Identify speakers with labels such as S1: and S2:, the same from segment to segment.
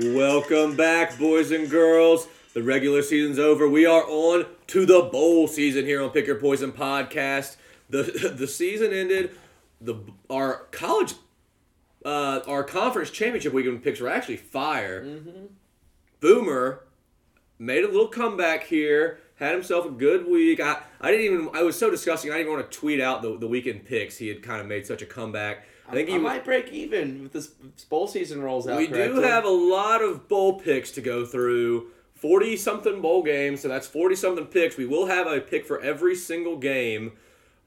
S1: Welcome back, boys and girls. The regular season's over. We are on to the bowl season here on Pick Your Poison podcast. The the season ended. The our college, uh, our conference championship weekend picks were actually fire.
S2: Mm-hmm.
S1: Boomer made a little comeback here. Had himself a good week. I, I didn't even. I was so disgusting. I didn't even want to tweet out the, the weekend picks. He had kind of made such a comeback. I think
S2: I
S1: he
S2: might break even if this bowl season rolls out.
S1: we do
S2: correctly.
S1: have a lot of bowl picks to go through. 40 something bowl games, so that's 40 something picks. We will have a pick for every single game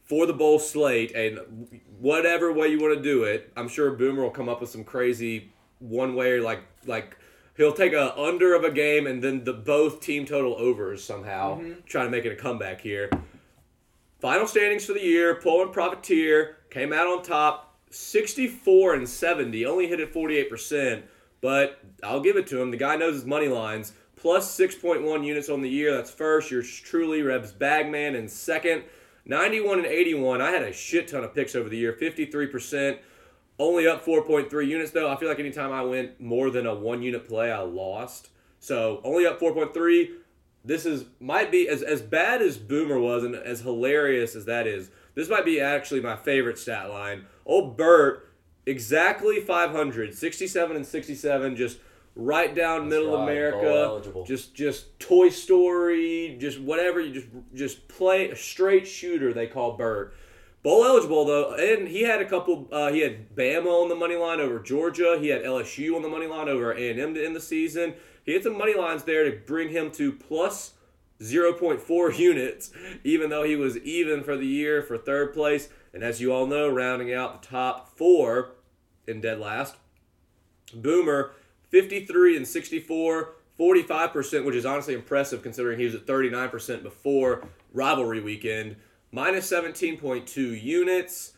S1: for the bowl slate, and whatever way you want to do it, I'm sure Boomer will come up with some crazy one way, like, like he'll take a under of a game and then the both team total overs somehow,
S2: Mm-hmm.
S1: trying to make it a comeback here. Final standings for the year: Pull and Profiteer came out on top, sixty-four and seventy. Only hit it forty-eight percent, but I'll give it to him. The guy knows his money lines. Plus six point one units on the year. That's first. Yours truly, Rebs Bagman, in second. Ninety-one and eighty-one. I had a shit ton of picks over the year. Fifty-three percent. Only up 4.3 units though. I feel like anytime I went more than a one unit play, I lost. So only up 4.3. This is might be as as bad as Boomer was and as hilarious as that is. This might be actually my favorite stat line. Old Bert, exactly 500, 67 and 67, just right down middle
S2: right, bowl
S1: America.
S2: eligible.
S1: Just just Toy Story, just whatever you just just play a straight shooter they call Bert. Bowl eligible though, and he had a couple. Uh, he had Bama on the money line over Georgia. He had LSU on the money line over A and M to end the season. He had some money lines there to bring him to plus zero point four units, even though he was even for the year for third place. And as you all know, rounding out the top four in dead last, Boomer, 53 and 64, 45%, which is honestly impressive considering he was at 39% before rivalry weekend, minus 17.2 units.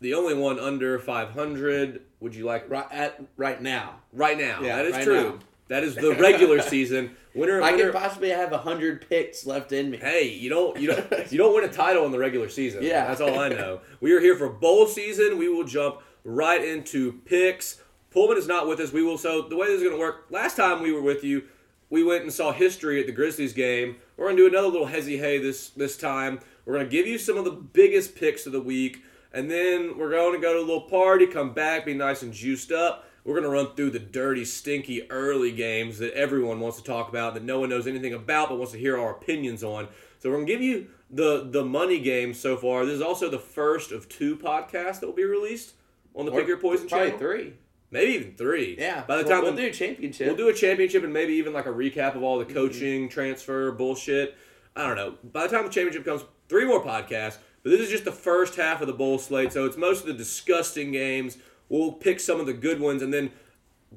S1: The only one under 500. Would you like right,
S2: right at right now.
S1: now?
S2: Yeah,
S1: that is
S2: right
S1: true.
S2: now.
S1: That is the regular season. Winner,
S2: I
S1: winner
S2: could possibly have hundred picks left in me.
S1: hey, you don't you don't you don't win a title in the regular season.
S2: Yeah.
S1: that's all I know. We are here for bowl season. We will jump right into picks. Pullman is not with us. We will so the way this is going to work. Last time we were with you, we went and saw history at the Grizzlies game. We're going to do another little hezzy hey this this time. We're going to give you some of the biggest picks of the week, and then we're going to go to a little party, come back, be nice and juiced up. We're going to run through the dirty, stinky early games that everyone wants to talk about, that no one knows anything about, but wants to hear our opinions on. So we're going to give you the the money game so far. This is also the first of two podcasts that will be released on the
S2: Or
S1: Pick Your Poison
S2: probably
S1: channel.
S2: three.
S1: Maybe even three.
S2: Yeah.
S1: By the
S2: we'll-
S1: time
S2: we'll,
S1: the-
S2: do championship,
S1: We'll do a championship and maybe even like a recap of all the coaching transfer bullshit. I don't know. By the time the championship comes, three more podcasts. But this is just the first half of the bowl slate, so it's most of the disgusting games. We'll pick some of the good ones, and then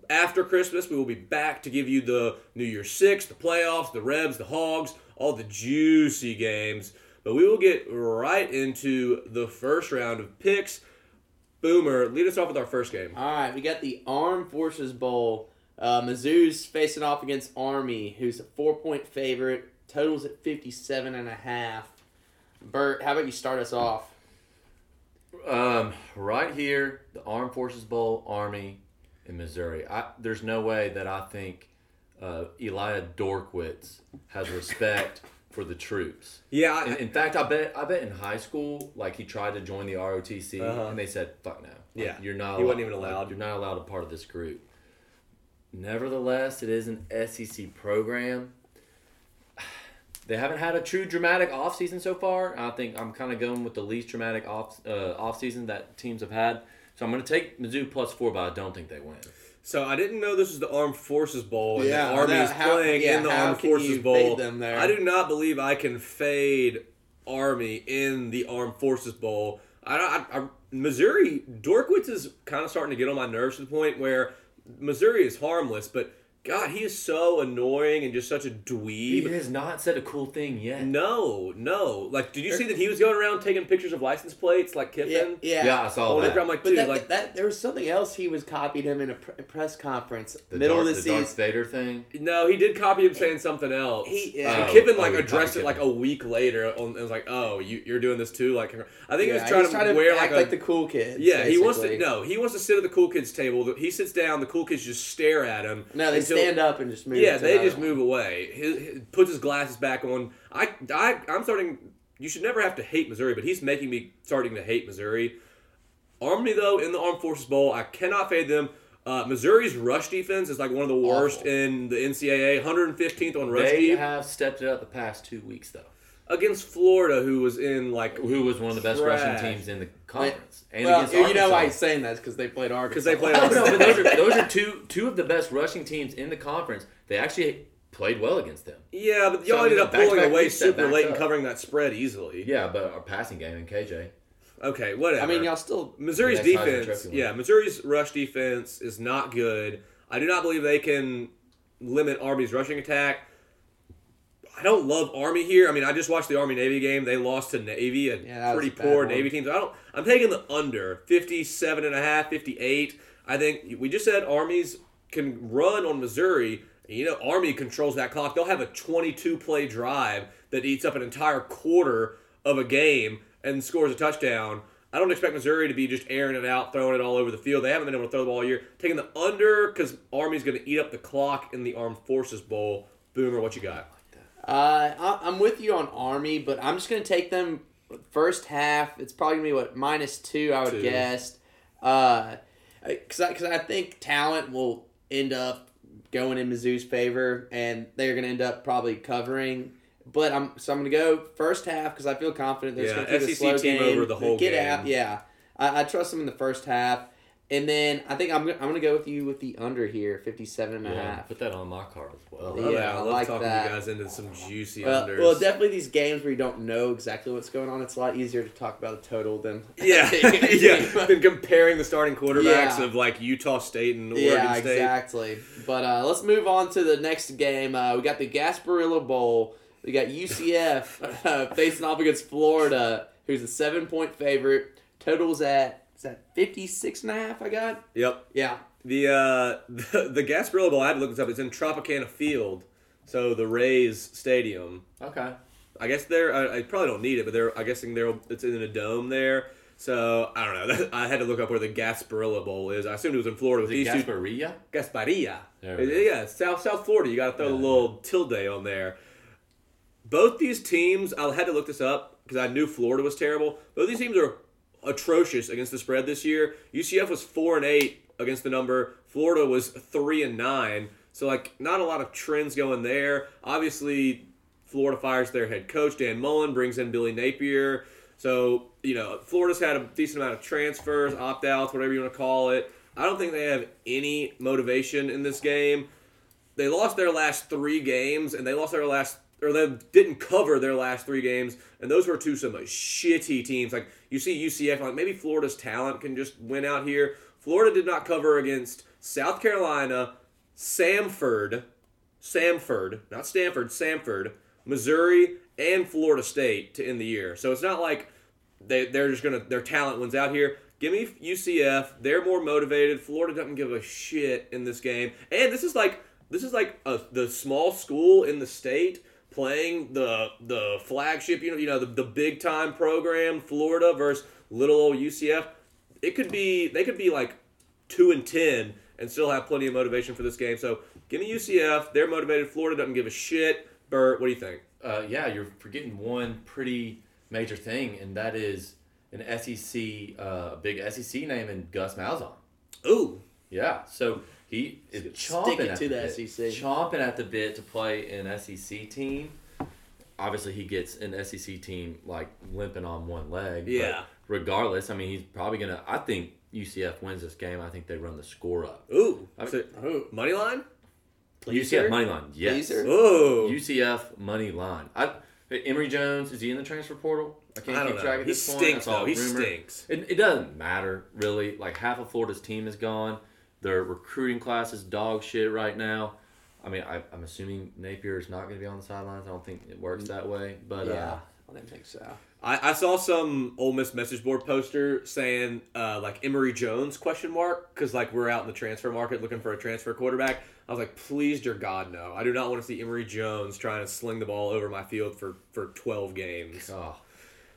S1: after Christmas, we will be back to give you the New Year's Six, the playoffs, the Rebs, the Hogs, all the juicy games. But we will get right into the first round of picks. Boomer, lead us off with our first game.
S2: All right, we got the Armed Forces Bowl. Uh, Mizzou's facing off against Army, who's a four-point favorite. Totals at 57 and a half. Bert, how about you start us off?
S3: Um, right here, the Armed Forces Bowl, Army, in Missouri. I, there's no way that I think uh, Elijah Dorkwitz has respect for the troops.
S1: Yeah, I-
S3: In, in fact, I bet I bet in high school, like he tried to join the ROTC,
S1: Uh-huh.
S3: and they said, "Fuck no, Like,
S1: Yeah.
S3: you're not.
S1: He wasn't
S3: allo-
S1: even
S3: like,
S1: allowed.
S3: you're not allowed a part of this group." Nevertheless, it is an SEC program. They haven't had a true dramatic offseason so far. I think I'm kind of going with the least dramatic off uh, offseason that teams have had. So I'm going to take Mizzou plus four, but I don't think they win.
S1: So I didn't know this was the Armed Forces Bowl, and
S2: Yeah,
S1: the Army
S2: that-
S1: is
S2: how-
S1: playing
S2: yeah,
S1: in the
S2: how
S1: Armed
S2: can
S1: Forces
S2: you
S1: Bowl.
S2: fade them there?
S1: I do not believe I can fade Army in the Armed Forces Bowl. I, I, I Missouri Dorkwitz is kind of starting to get on my nerves to the point where Missouri is harmless, but God, he is so annoying and just such a
S3: He
S1: dweeb.
S3: has not said a cool thing yet.
S1: No, no. Like,
S2: Er
S1: did you see that he was going around taking pictures of license plates, like
S4: Yeah,
S1: Kiffin?
S4: yeah.
S3: Yeah, I saw
S1: Holding
S3: that.
S1: it, I'm like,
S4: But
S1: dude,
S4: that,
S1: like,
S4: that there was something else he was copied him in a pre- press conference
S3: the
S4: middle
S3: Darth,
S4: of the,
S3: the Darth
S4: season.
S3: Vader thing.
S1: no, he did copy him saying something else.
S4: He
S1: And
S4: yeah.
S3: Oh.
S1: Kiffin like
S3: he
S1: addressed
S3: copied
S1: it like a week later, on, and was like, "Oh, you, you're doing this too." Like, I think he
S4: Yeah,
S1: was trying
S4: he's
S1: to wear like
S4: act
S1: a
S4: like the cool kid.
S1: yeah. He wants to
S4: basically.
S1: no, he wants to sit at the cool kids table. The- He sits down. The cool kids just stare at him.
S4: No, they
S1: until-
S4: stand up and just move.
S1: Yeah,
S4: to
S1: they
S4: another
S1: just
S4: one.
S1: move away. He, he puts his glasses back on. I, I, I'm starting. You should never have to hate Missouri, but he's making me starting to hate Missouri. Army though in the Armed Forces Bowl, I cannot fade them. Uh, Missouri's rush defense is like one of the worst
S3: Awful.
S1: in the NCAA. 115th on rush
S3: They
S1: defense
S3: have stepped it up the past two weeks though.
S1: against Florida, who was in like
S3: Who was one of the best
S1: Trash.
S3: rushing teams in the conference? And
S4: Well,
S3: against
S4: you you know why he's
S3: Arkansas.
S4: saying that because they played Arkansas.
S1: 'Cause they played
S3: No, no, but those are
S1: Arkansas.
S3: those are two two of the best rushing teams in the conference. They actually played well against them.
S1: yeah, but
S3: So,
S1: y'all
S3: I mean,
S1: ended
S3: the
S1: up pulling
S3: back-to-back
S1: away
S3: weeks, that
S1: super
S3: backs
S1: late and
S3: up.
S1: covering that spread easily.
S3: Yeah, but our passing game and KJ.
S1: Okay, whatever.
S4: I mean, y'all still.
S1: Missouri's
S3: The next Heisman
S1: defense,
S3: Trophy winner.
S1: yeah, Missouri's rush defense is not good. I do not believe they can limit Army's rushing attack. I don't love Army here. I mean, I just watched the Army Navy game. They lost to Navy, a
S4: Yeah, that was
S1: pretty
S4: a bad
S1: poor
S4: one.
S1: Navy team. So I don't I'm taking the under 57 and a half, 58. I think we just said Armies can run on Missouri. You know, Army controls that clock. They'll have a 22 play drive that eats up an entire quarter of a game and scores a touchdown. I don't expect Missouri to be just airing it out, throwing it all over the field. They haven't been able to throw the ball all year. Taking the under because Army's going to eat up the clock in the Armed Forces Bowl. Boomer, what you got?
S4: Uh, I- I'm with you on Army, but I'm just gonna take them first half. It's probably gonna be what minus two, I would
S1: Two.
S4: guess. Uh, because I, 'cause I think talent will end up going in Mizzou's favor, and they're gonna end up probably covering. But I'm so I'm gonna go first half because I feel confident they're just
S1: Yeah,
S4: gonna keep a
S1: SEC
S4: slow
S1: team
S4: game.
S1: over the whole
S4: get
S1: game.
S4: out, yeah. I, I trust them in the first half, and then I think I'm gonna, I'm gonna go with you with the under here, 57 and a
S3: Yeah,
S4: half.
S3: put that on my card as well.
S1: Love it.
S4: Yeah, I
S1: I love
S4: like
S1: talking
S4: that.
S1: you guys into some juicy
S4: Well,
S1: unders.
S4: well, definitely these games where you don't know exactly what's going on. It's a lot easier to talk about the total than
S1: yeah, yeah. Been comparing the starting quarterbacks
S4: Yeah.
S1: of like Utah State and Oregon
S4: yeah,
S1: State.
S4: exactly. But uh, let's move on to the next game. Uh, we got the Gasparilla Bowl. We got UCF uh, facing off against Florida, who's a seven point favorite. Totals at is that fifty six and a half? I got
S1: Yep.
S4: yeah.
S1: The uh, the, the Gasparilla Bowl. I had to look this up. It's in Tropicana Field, so the Rays Stadium.
S3: Okay.
S1: I guess they're. I, I probably don't need it, but they're. I guessing they're. It's in a dome there. So I don't know. I had to look up where the Gasparilla Bowl is. I assumed it was in Florida with
S3: Was it
S1: these two
S3: Gasparilla?
S1: Gasparilla.
S3: There we go.
S1: Yeah, South South Florida. You got to throw the
S3: Yeah.
S1: little tilde on there. Both these teams, I had to look this up because I knew Florida was terrible. Both these teams are atrocious against the spread this year. UCF was four and eight against the number. Florida was three and nine. So like, not a lot of trends going there. Obviously, Florida fires their head coach Dan Mullen, brings in Billy Napier. So you know, Florida's had a decent amount of transfers, opt outs, whatever you want to call it. I don't think they have any motivation in this game they lost their last three games and they lost their last or they didn't cover their last three games and those were two some shitty teams like you see ucf like maybe florida's talent can just win out here florida did not cover against south carolina samford samford not stanford samford missouri and florida state to end the year so it's not like they, they're just gonna their talent wins out here give me ucf they're more motivated florida doesn't give a shit in this game and this is like this is like a, the small school in the state playing the the flagship you know you know the, the big time program florida versus little old ucf it could be they could be like two and ten and still have plenty of motivation for this game so give me ucf they're motivated florida doesn't give a shit bert what do you think
S3: Uh, yeah, you're forgetting one pretty major thing, and that is an SEC, uh, big SEC name in Gus Malzahn.
S1: ooh
S3: Yeah, so he is chomping
S4: Stick it
S3: at
S4: to the
S3: bit,
S1: E
S4: SEC.
S3: chomping at the bit to play an SEC team. Obviously, he gets an SEC team like limping on one leg. but
S1: Yeah.
S3: regardless, I mean, he's probably gonna. I think UCF wins this game. I think they run the score up.
S1: ooh
S3: I mean-
S1: So-
S4: Oh,
S1: money line
S3: UCF money line. Yes.
S4: Pleaser?
S1: ooh
S3: UCF money line. I, Emory Jones is he in the transfer portal? I can't
S1: I don't
S3: keep track
S1: know.
S3: at
S1: He
S3: this point.
S1: stinks,
S3: That's all
S1: though. He
S3: rumor.
S1: stinks.
S3: It, it doesn't matter really. Like half of Florida's team is gone. Their recruiting class is dog shit right now. I mean, I, I'm assuming Napier is not going to be on the sidelines. I don't think it works that way. But
S4: yeah,
S3: uh,
S4: I didn't think so.
S1: I, I saw some Ole Miss message board poster saying uh, like Emory Jones question mark because like we're out in the transfer market looking for a transfer quarterback. I was like, please, dear God, no! I do not want to see Emory Jones trying to sling the ball over my field for for twelve games.
S3: oh,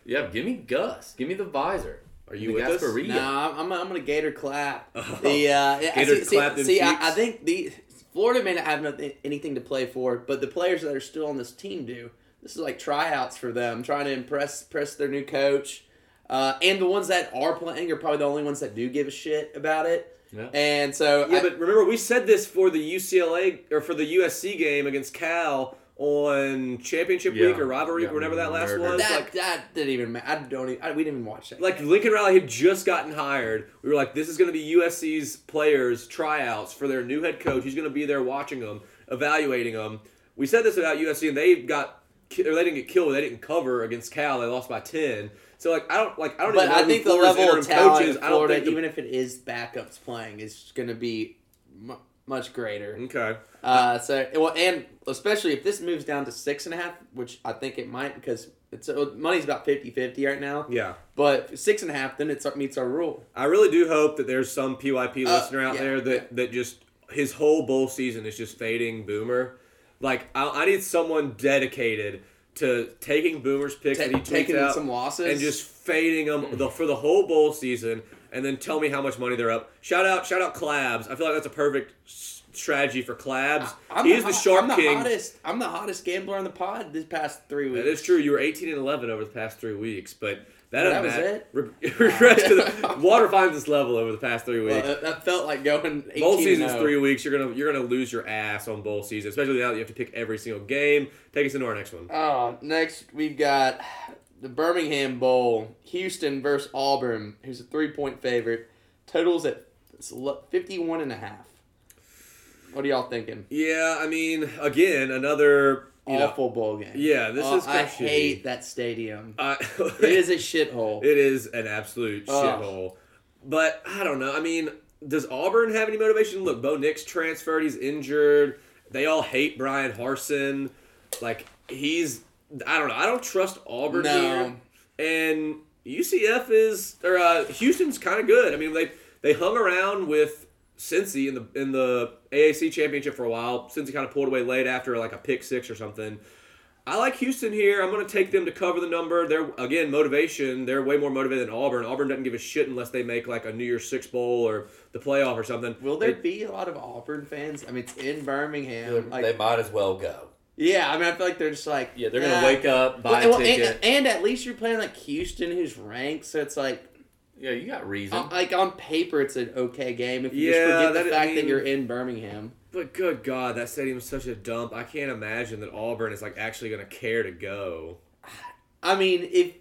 S3: yeah, give me Gus. Give me the visor.
S1: Are you
S3: the
S1: with us?
S3: Gasparilla.
S4: No, I'm, I'm, I'm gonna Gator clap.
S1: Oh.
S4: The uh, yeah,
S1: Gator
S4: see, see-
S1: clap them
S4: see,
S1: cheeks?
S4: I, I think the Florida may not have nothing, anything to play for, but the players that are still on this team do. This is like tryouts for them, trying to impress impress their new coach, uh, and the ones that are playing are probably the only ones that do give a shit about it.
S3: Yeah.
S4: And so,
S1: Yeah,
S4: I-
S1: but remember we said this for the UCLA or for the USC game against Cal on championship
S3: Yeah.
S1: week or rivalry week
S3: Yeah,
S1: or whatever that last
S3: murdered.
S1: was.
S4: that
S1: Like,
S4: that didn't even matter. I don't even. I, we didn't even watch that.
S1: like Lincoln Riley had just gotten hired. We were like, this is going to be USC's players tryouts for their new head coach. He's going to be there watching them, evaluating them. We said this about USC, and they got ki- or they didn't get killed. They didn't cover against Cal. They lost by ten. So like I don't like I don't.
S4: but
S1: even know
S4: I
S1: who
S4: think the
S1: Florida's
S4: level of
S1: interim
S4: talent
S1: coaches-
S4: in
S1: I don't
S4: Florida,
S1: think the-
S4: even if it is backups playing, is going to be mu much greater.
S1: okay.
S4: Uh, so well, and especially if this moves down to six and a half, which I think it might because it's uh, money's about 50-50 right now.
S1: Yeah,
S4: But six and a half, then it sort- meets our rule.
S1: I really do hope that there's some PYP
S4: Uh,
S1: listener out
S4: yeah,
S1: there that that just his whole bowl season is just fading Boomer. Like I, I need someone dedicated to taking Boomer's picks
S4: Ta-
S1: that he
S4: taking
S1: tweets out
S4: some losses Mm.
S1: and just fading them the, for the whole bowl season, and then tell me how much money they're up. Shout out, shout out, Clabs. I feel like that's a perfect s- strategy for Clabs.
S4: I'm
S1: He is the
S4: hot-
S1: shark
S4: I'm
S1: king.
S4: The hottest, I'm the hottest gambler on the pod this past three weeks.
S1: That is true. You were 18 and 11 over the past three weeks, but that,
S4: That
S1: doesn't
S4: was
S1: matter.
S4: it?
S1: Re- regress to the water finds its level over the past three
S4: Well,
S1: weeks.
S4: that, that felt like going. 18
S1: bowl
S4: and oh.
S1: season's
S4: 0.
S1: three weeks. You're gonna you're gonna lose your ass on bowl season, especially now that you have to pick every single game. Take us into our next one.
S4: Oh, next we've got the Birmingham Bowl, Houston versus Auburn, who's a three-point favorite. Totals at it's lo- 51 and a half. What are y'all thinking?
S1: Yeah, I mean, again, another you know,
S4: Awful bowl game.
S1: yeah, this
S4: Oh,
S1: is kinda
S4: I
S1: shitty.
S4: hate that stadium.
S1: I-
S4: It is a shithole.
S1: It is an absolute
S4: Ugh.
S1: shithole. But I don't know. I mean, does Auburn have any motivation? Look, Bo Nix transferred. He's injured. They all hate Brian Harson. Like he's, I don't know. I don't trust Auburn
S4: No.
S1: here. And UCF is or uh, Houston's kind of good. I mean, they they hung around with Cincy in the in the AAC championship for a while. Cincy kind of pulled away late after like a pick six or something. I like Houston here. I'm going to take them to cover the number. They're again motivation. They're way more motivated than Auburn. Auburn doesn't give a shit unless they make like a New Year's Six bowl or the playoff or something.
S4: Will there be a lot of Auburn fans? I mean, it's in Birmingham. Like,
S3: they might as well go.
S4: yeah, I mean, I feel like they're just like
S3: Yeah, they're gonna
S4: "Nah."
S3: wake up, buy
S4: Well,
S3: a
S4: and-
S3: ticket.
S4: and, and at least you're playing like Houston, who's ranked. So it's like
S3: yeah, you got reason.
S4: Uh, like on paper, it's an okay game. If you
S1: Oh. Yeah,
S4: just forget
S1: that-
S4: the
S1: I
S4: fact
S1: mean-
S4: that you're in Birmingham,
S1: But good God, that stadium's such a dump. I can't imagine that Auburn is like actually going to care to go.
S4: I mean, if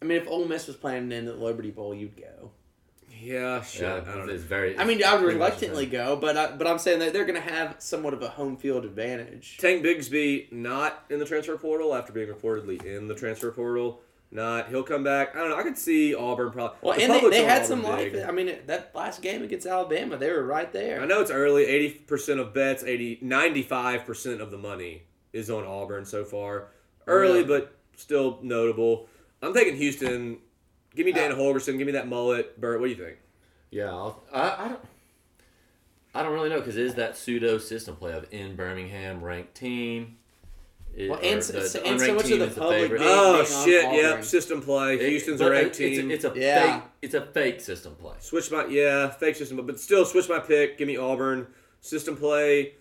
S4: I mean if Ole Miss was playing in the Liberty Bowl, you'd go.
S1: Yeah, shit.
S3: yeah,
S1: I don't know.
S3: it's very.
S4: I mean, I would
S3: pretty much the
S4: reluctantly
S3: same.
S4: go, but I, but I'm saying that they're going to have somewhat of a home field advantage.
S1: Tank Bigsby not in the transfer portal after being reportedly in the transfer portal. Not he'll come back. I don't know. I could see Auburn probably.
S4: Well,
S1: the
S4: and they,
S1: public's
S4: they
S1: on
S4: had
S1: Auburn
S4: some
S1: big.
S4: life. I mean, it- that last game against Alabama, they were right there.
S1: I know it's early. 80% of bets, 80, 95% of the money is on Auburn so far. Early,
S4: Really?
S1: but still notable. I'm taking Houston. Give me Dan
S4: Uh,
S1: Holgerson. Give me that mullet. Bert, what do you think?
S3: Yeah, I'll, I, I don't. I don't really know because it is that pseudo system play of in Birmingham ranked team. It-
S4: Well, and
S3: or
S4: so- so- and so much of the
S3: is
S4: public
S3: favorite.
S4: being-
S1: Oh,
S4: big on
S1: shit.
S4: Auburn.
S1: Yep. System play.
S3: It-
S1: Houston's
S3: but
S1: a ranked
S3: it's,
S1: team.
S3: It's a
S4: Yeah.
S3: fake. It's a fake system play.
S1: switch my, yeah, fake system, but- but still switch my pick. Give me Auburn. System play.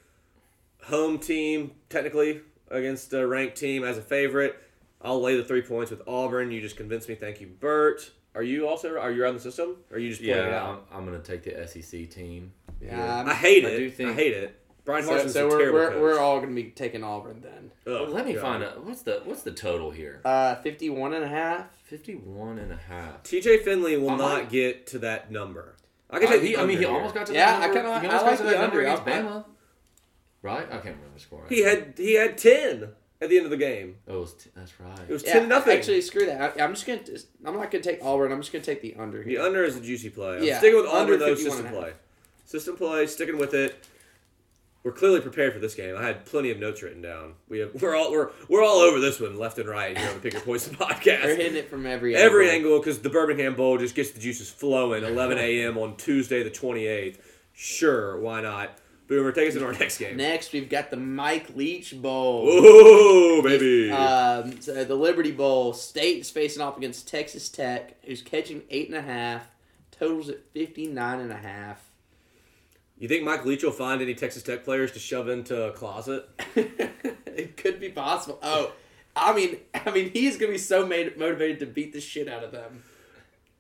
S1: Home team, technically, against a ranked team as a favorite. I'll lay the three points with Auburn. You just convinced me. Thank you, Bert. Are you also are you on the system? Or are you just playing it
S3: Yeah,
S1: out?
S3: I'm, I'm gonna take the SEC team.
S4: yeah.
S1: I hate
S3: I
S1: it. I,
S3: do think-
S1: hate it. Brian
S4: so
S1: Harson's
S4: so
S1: a
S4: we're,
S1: terrible
S4: we're,
S1: coach.
S4: we're all going to be taking Auburn then.
S1: Ugh,
S3: Well, let me
S1: God.
S3: find out what's the what's the total here.
S4: Uh, 51 and a half.
S3: 51 and a half.
S1: TJ Finley will
S3: I
S1: not
S3: might-
S1: get to that number. I
S3: I,
S1: can take
S3: Uh, he, I mean, he
S1: under
S3: almost
S1: here.
S3: got to
S4: Yeah,
S3: the number.
S4: I kinda-
S3: he
S4: I
S3: almost
S4: like
S3: got to
S4: the
S3: that number
S4: under.
S3: against
S4: I- I-
S3: Bama. Right? I can't remember the score.
S1: He had he had ten at the end of the game.
S3: Oh, it was t- that's
S1: It
S3: right.
S1: was ten nothing.
S4: Actually, screw that. I, I'm just going to. I'm not going to take Auburn. I'm just going to take the under
S1: the
S4: here.
S1: under is a juicy play. I'm
S4: Yeah,
S1: sticking with
S4: under
S1: Auburn though.
S4: 51
S1: System
S4: and a
S1: play, system play. Sticking with it. We're clearly prepared for this game. I had plenty of notes written down. We have we're all we're we're all over this one left and right here on the Pick Your Poison
S4: They're
S1: podcast.
S4: hitting it from every
S1: Every angle because the Birmingham Bowl just gets the juices flowing. 11 a.m. on Tuesday the 28th. Sure, why not? Boomer, take us into our next game.
S4: Next, we've got the Mike Leach Bowl.
S1: Ooh, baby.
S4: Um, so the Liberty Bowl, State is facing off against Texas Tech, who's catching eight and a half, totals at fifty nine and a half.
S1: you think Mike Leach will find any Texas Tech players to shove into a closet?
S4: it could be possible. Oh, I mean, I mean, he's gonna be so made, motivated to beat the shit out of them.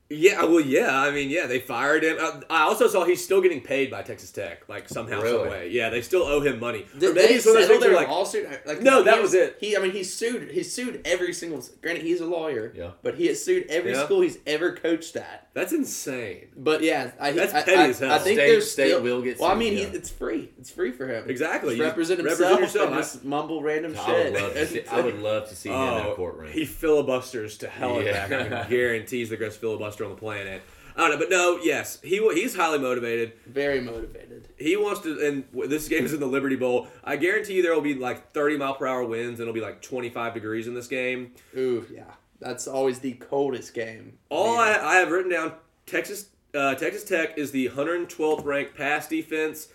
S1: Yeah, uh, well, yeah. I mean, yeah, they fired him. I, I also saw he's still getting paid by Texas Tech, like somehow, some
S3: Really?
S1: way. Yeah, they still owe him money. Or
S4: Did
S1: maybe
S4: they
S1: it's one of those
S4: settle
S1: things
S4: their
S1: where, like,
S4: lawsuit? Like,
S1: No,
S4: he
S1: that
S4: has-
S1: was it.
S4: He, I mean, he sued. He sued every single. Granted, he's a lawyer.
S3: Yeah.
S4: But he has sued every
S1: Yeah.
S4: school he's ever coached at.
S1: that's insane.
S4: But yeah, I,
S1: That's
S4: I,
S1: petty
S4: I,
S1: as hell.
S4: I think
S3: State-
S4: there's
S3: state
S4: still,
S3: will get
S4: Well, I
S3: sued,
S4: mean, he,
S3: yeah.
S4: it's free. It's free for him.
S1: Exactly.
S4: Just
S1: You
S4: represent himself.
S1: represent yourself.
S4: and
S1: I-
S4: just mumble random
S3: I
S4: shit. Oh,
S3: would love to see, I would love to see him in a courtroom.
S1: Oh, He filibusters to hell and
S3: Yeah.
S1: back. I can guarantees the greatest filibuster on the planet. I don't know, but no, yes, he wa- he's highly motivated.
S4: Very motivated.
S1: He wants to, and w- this game is in the Liberty Bowl. I guarantee you there will be like 30 mile per hour winds, and it'll be like 25 degrees in this game.
S4: Ooh, yeah. That's always the coldest game.
S1: All
S4: Yeah.
S1: I, I have written down Texas uh, Texas Tech is the 112th ranked pass defense.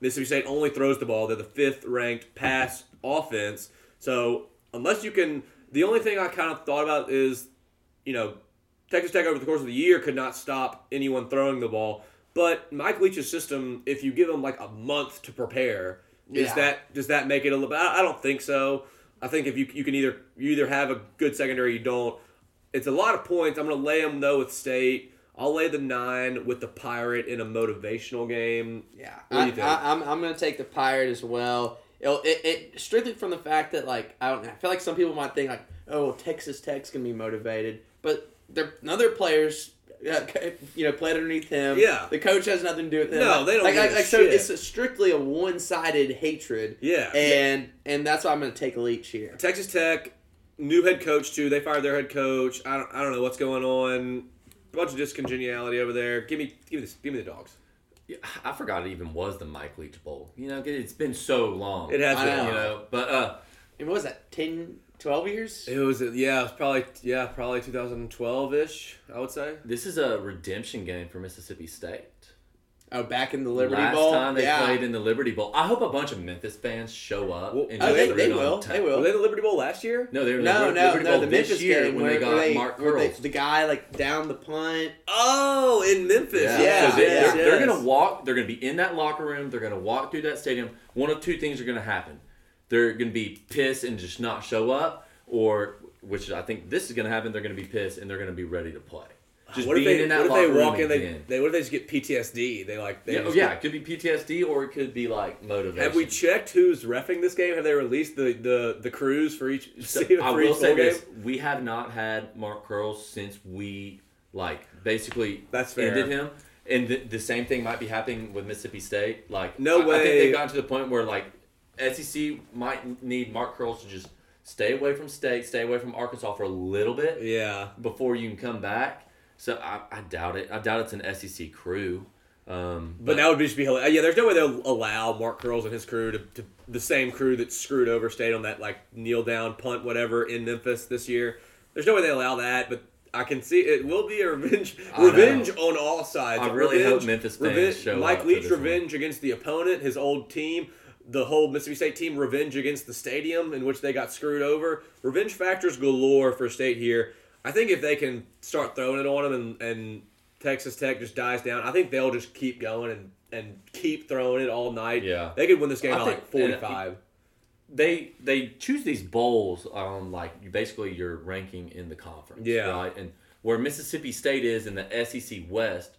S1: Mississippi State only throws the ball. They're the fifth ranked pass offense. So unless you can, the only thing I kind of thought about is, you know, Texas Tech over the course of the year could not stop anyone throwing the ball. But Mike Leach's system, if you give him like a month to prepare, is
S4: Yeah.
S1: that does that make it a little? I I don't think so. I think if you you can either you either have a good secondary, or you don't. It's a lot of points. I'm going to lay them though with State. I'll lay the nine with the Pirate in a motivational game.
S4: Yeah,
S1: What do you
S4: I,
S1: think?
S4: I, I'm, I'm gonna take the pirate as well. It'll- It, it strictly from the fact that like I don't know, I feel like some people might think like oh well, Texas Tech's gonna be motivated, but their other players uh, c- you know played underneath him.
S1: Yeah.
S4: the coach has nothing to do with them.
S1: No, they don't
S4: Like,
S1: give
S4: like,
S1: a
S4: like, so
S1: shit.
S4: it's a strictly a one sided hatred.
S1: Yeah.
S4: and and that's why I'm gonna take Leach here.
S1: Texas Tech, new head coach too. They fired their head coach. I don't, I don't know what's going on. A bunch of discongeniality over there. Give me give me this, give me the dogs.
S3: Yeah, I forgot it even was the Mike Leach Bowl. You know, 'cause it's been so long.
S1: It has
S4: I
S1: been.
S4: know.
S3: You know, but uh,
S4: And what was that 10, 12 years?
S1: It was yeah, it was probably yeah, probably 2012 ish. I would say.
S3: this is a redemption game for Mississippi State.
S4: Oh, back in the Liberty
S3: Last
S4: Bowl.
S3: time they
S4: yeah.
S3: played in the Liberty Bowl, I hope a bunch of Memphis fans show up.
S1: Well,
S3: and
S4: Oh,
S3: just
S4: they,
S3: root
S4: they
S3: on
S4: will.
S3: Ta-
S4: They
S1: Were
S4: will.
S1: they in the Liberty Bowl last year?
S3: No, they were in
S4: No,
S3: the
S4: no,
S3: Liberty
S4: no.
S3: Bowl
S4: The
S3: this
S4: Memphis
S3: year
S4: game
S3: when
S4: where
S3: they got
S4: they-
S3: Mark
S4: where they-
S3: Curl.
S4: the guy like down the punt.
S1: Oh, in Memphis.
S3: Yeah.
S4: Yeah,
S3: so they,
S4: yes,
S3: are they're
S1: yes.
S3: gonna walk. They're gonna be in that locker room. They're gonna walk through that stadium. One of two things are gonna happen. They're gonna be pissed and just not show up, or which I think this is gonna happen. They're gonna be pissed and they're gonna be ready to play. Just
S1: What if
S3: being
S1: they,
S3: in that
S1: what if
S3: locker
S1: they walk
S3: room
S1: in? They,
S3: again.
S1: they what if they just get PTSD? They like they
S3: yeah, oh,
S1: just
S3: yeah, it could be PTSD or it could be like motivation.
S1: Have we checked who's refing this game? Have they released the the, the crews for each?
S3: So,
S1: for
S3: I
S1: each
S3: will
S1: bowl
S3: say
S1: game?
S3: this: we have not had Mark Curl since we like basically
S1: That's fair.
S3: ended him, and the, the same thing might be happening with Mississippi State. Like,
S1: No
S3: I, I think
S1: way.
S3: they've gotten to the point where like SEC might need Mark Curl to just stay away from State, stay away from Arkansas for a little bit
S1: Yeah,
S3: before you can come back. So I, I doubt it. I doubt it's an SEC crew. Um,
S1: but that would just be hilarious. Yeah, there's no way they'll allow Mark Curls and his crew to, to the same crew that screwed over State on that like kneel down punt whatever in Memphis this year. There's no way they allow that, but. I can see it will be a revenge,
S3: I know.
S1: revenge on all sides.
S3: I really hope
S1: Revenge-
S3: Memphis fans
S1: reven-
S3: show
S1: Mike
S3: up for
S1: Leach
S3: this one.
S1: revenge against the opponent, his old team, the whole Mississippi State team. Revenge against the stadium in which they got screwed over. Revenge factors galore for State here. I think if they can start throwing it on them and, and Texas Tech just dies down, I think they'll just keep going and, and keep throwing it all night.
S3: Yeah.
S1: they could win this game
S3: I
S1: by
S3: think- uh,
S1: like forty five.
S3: they they choose these bowls on like you basically your ranking in the conference,
S1: Yeah.
S3: right? And where Mississippi State is in the SEC West,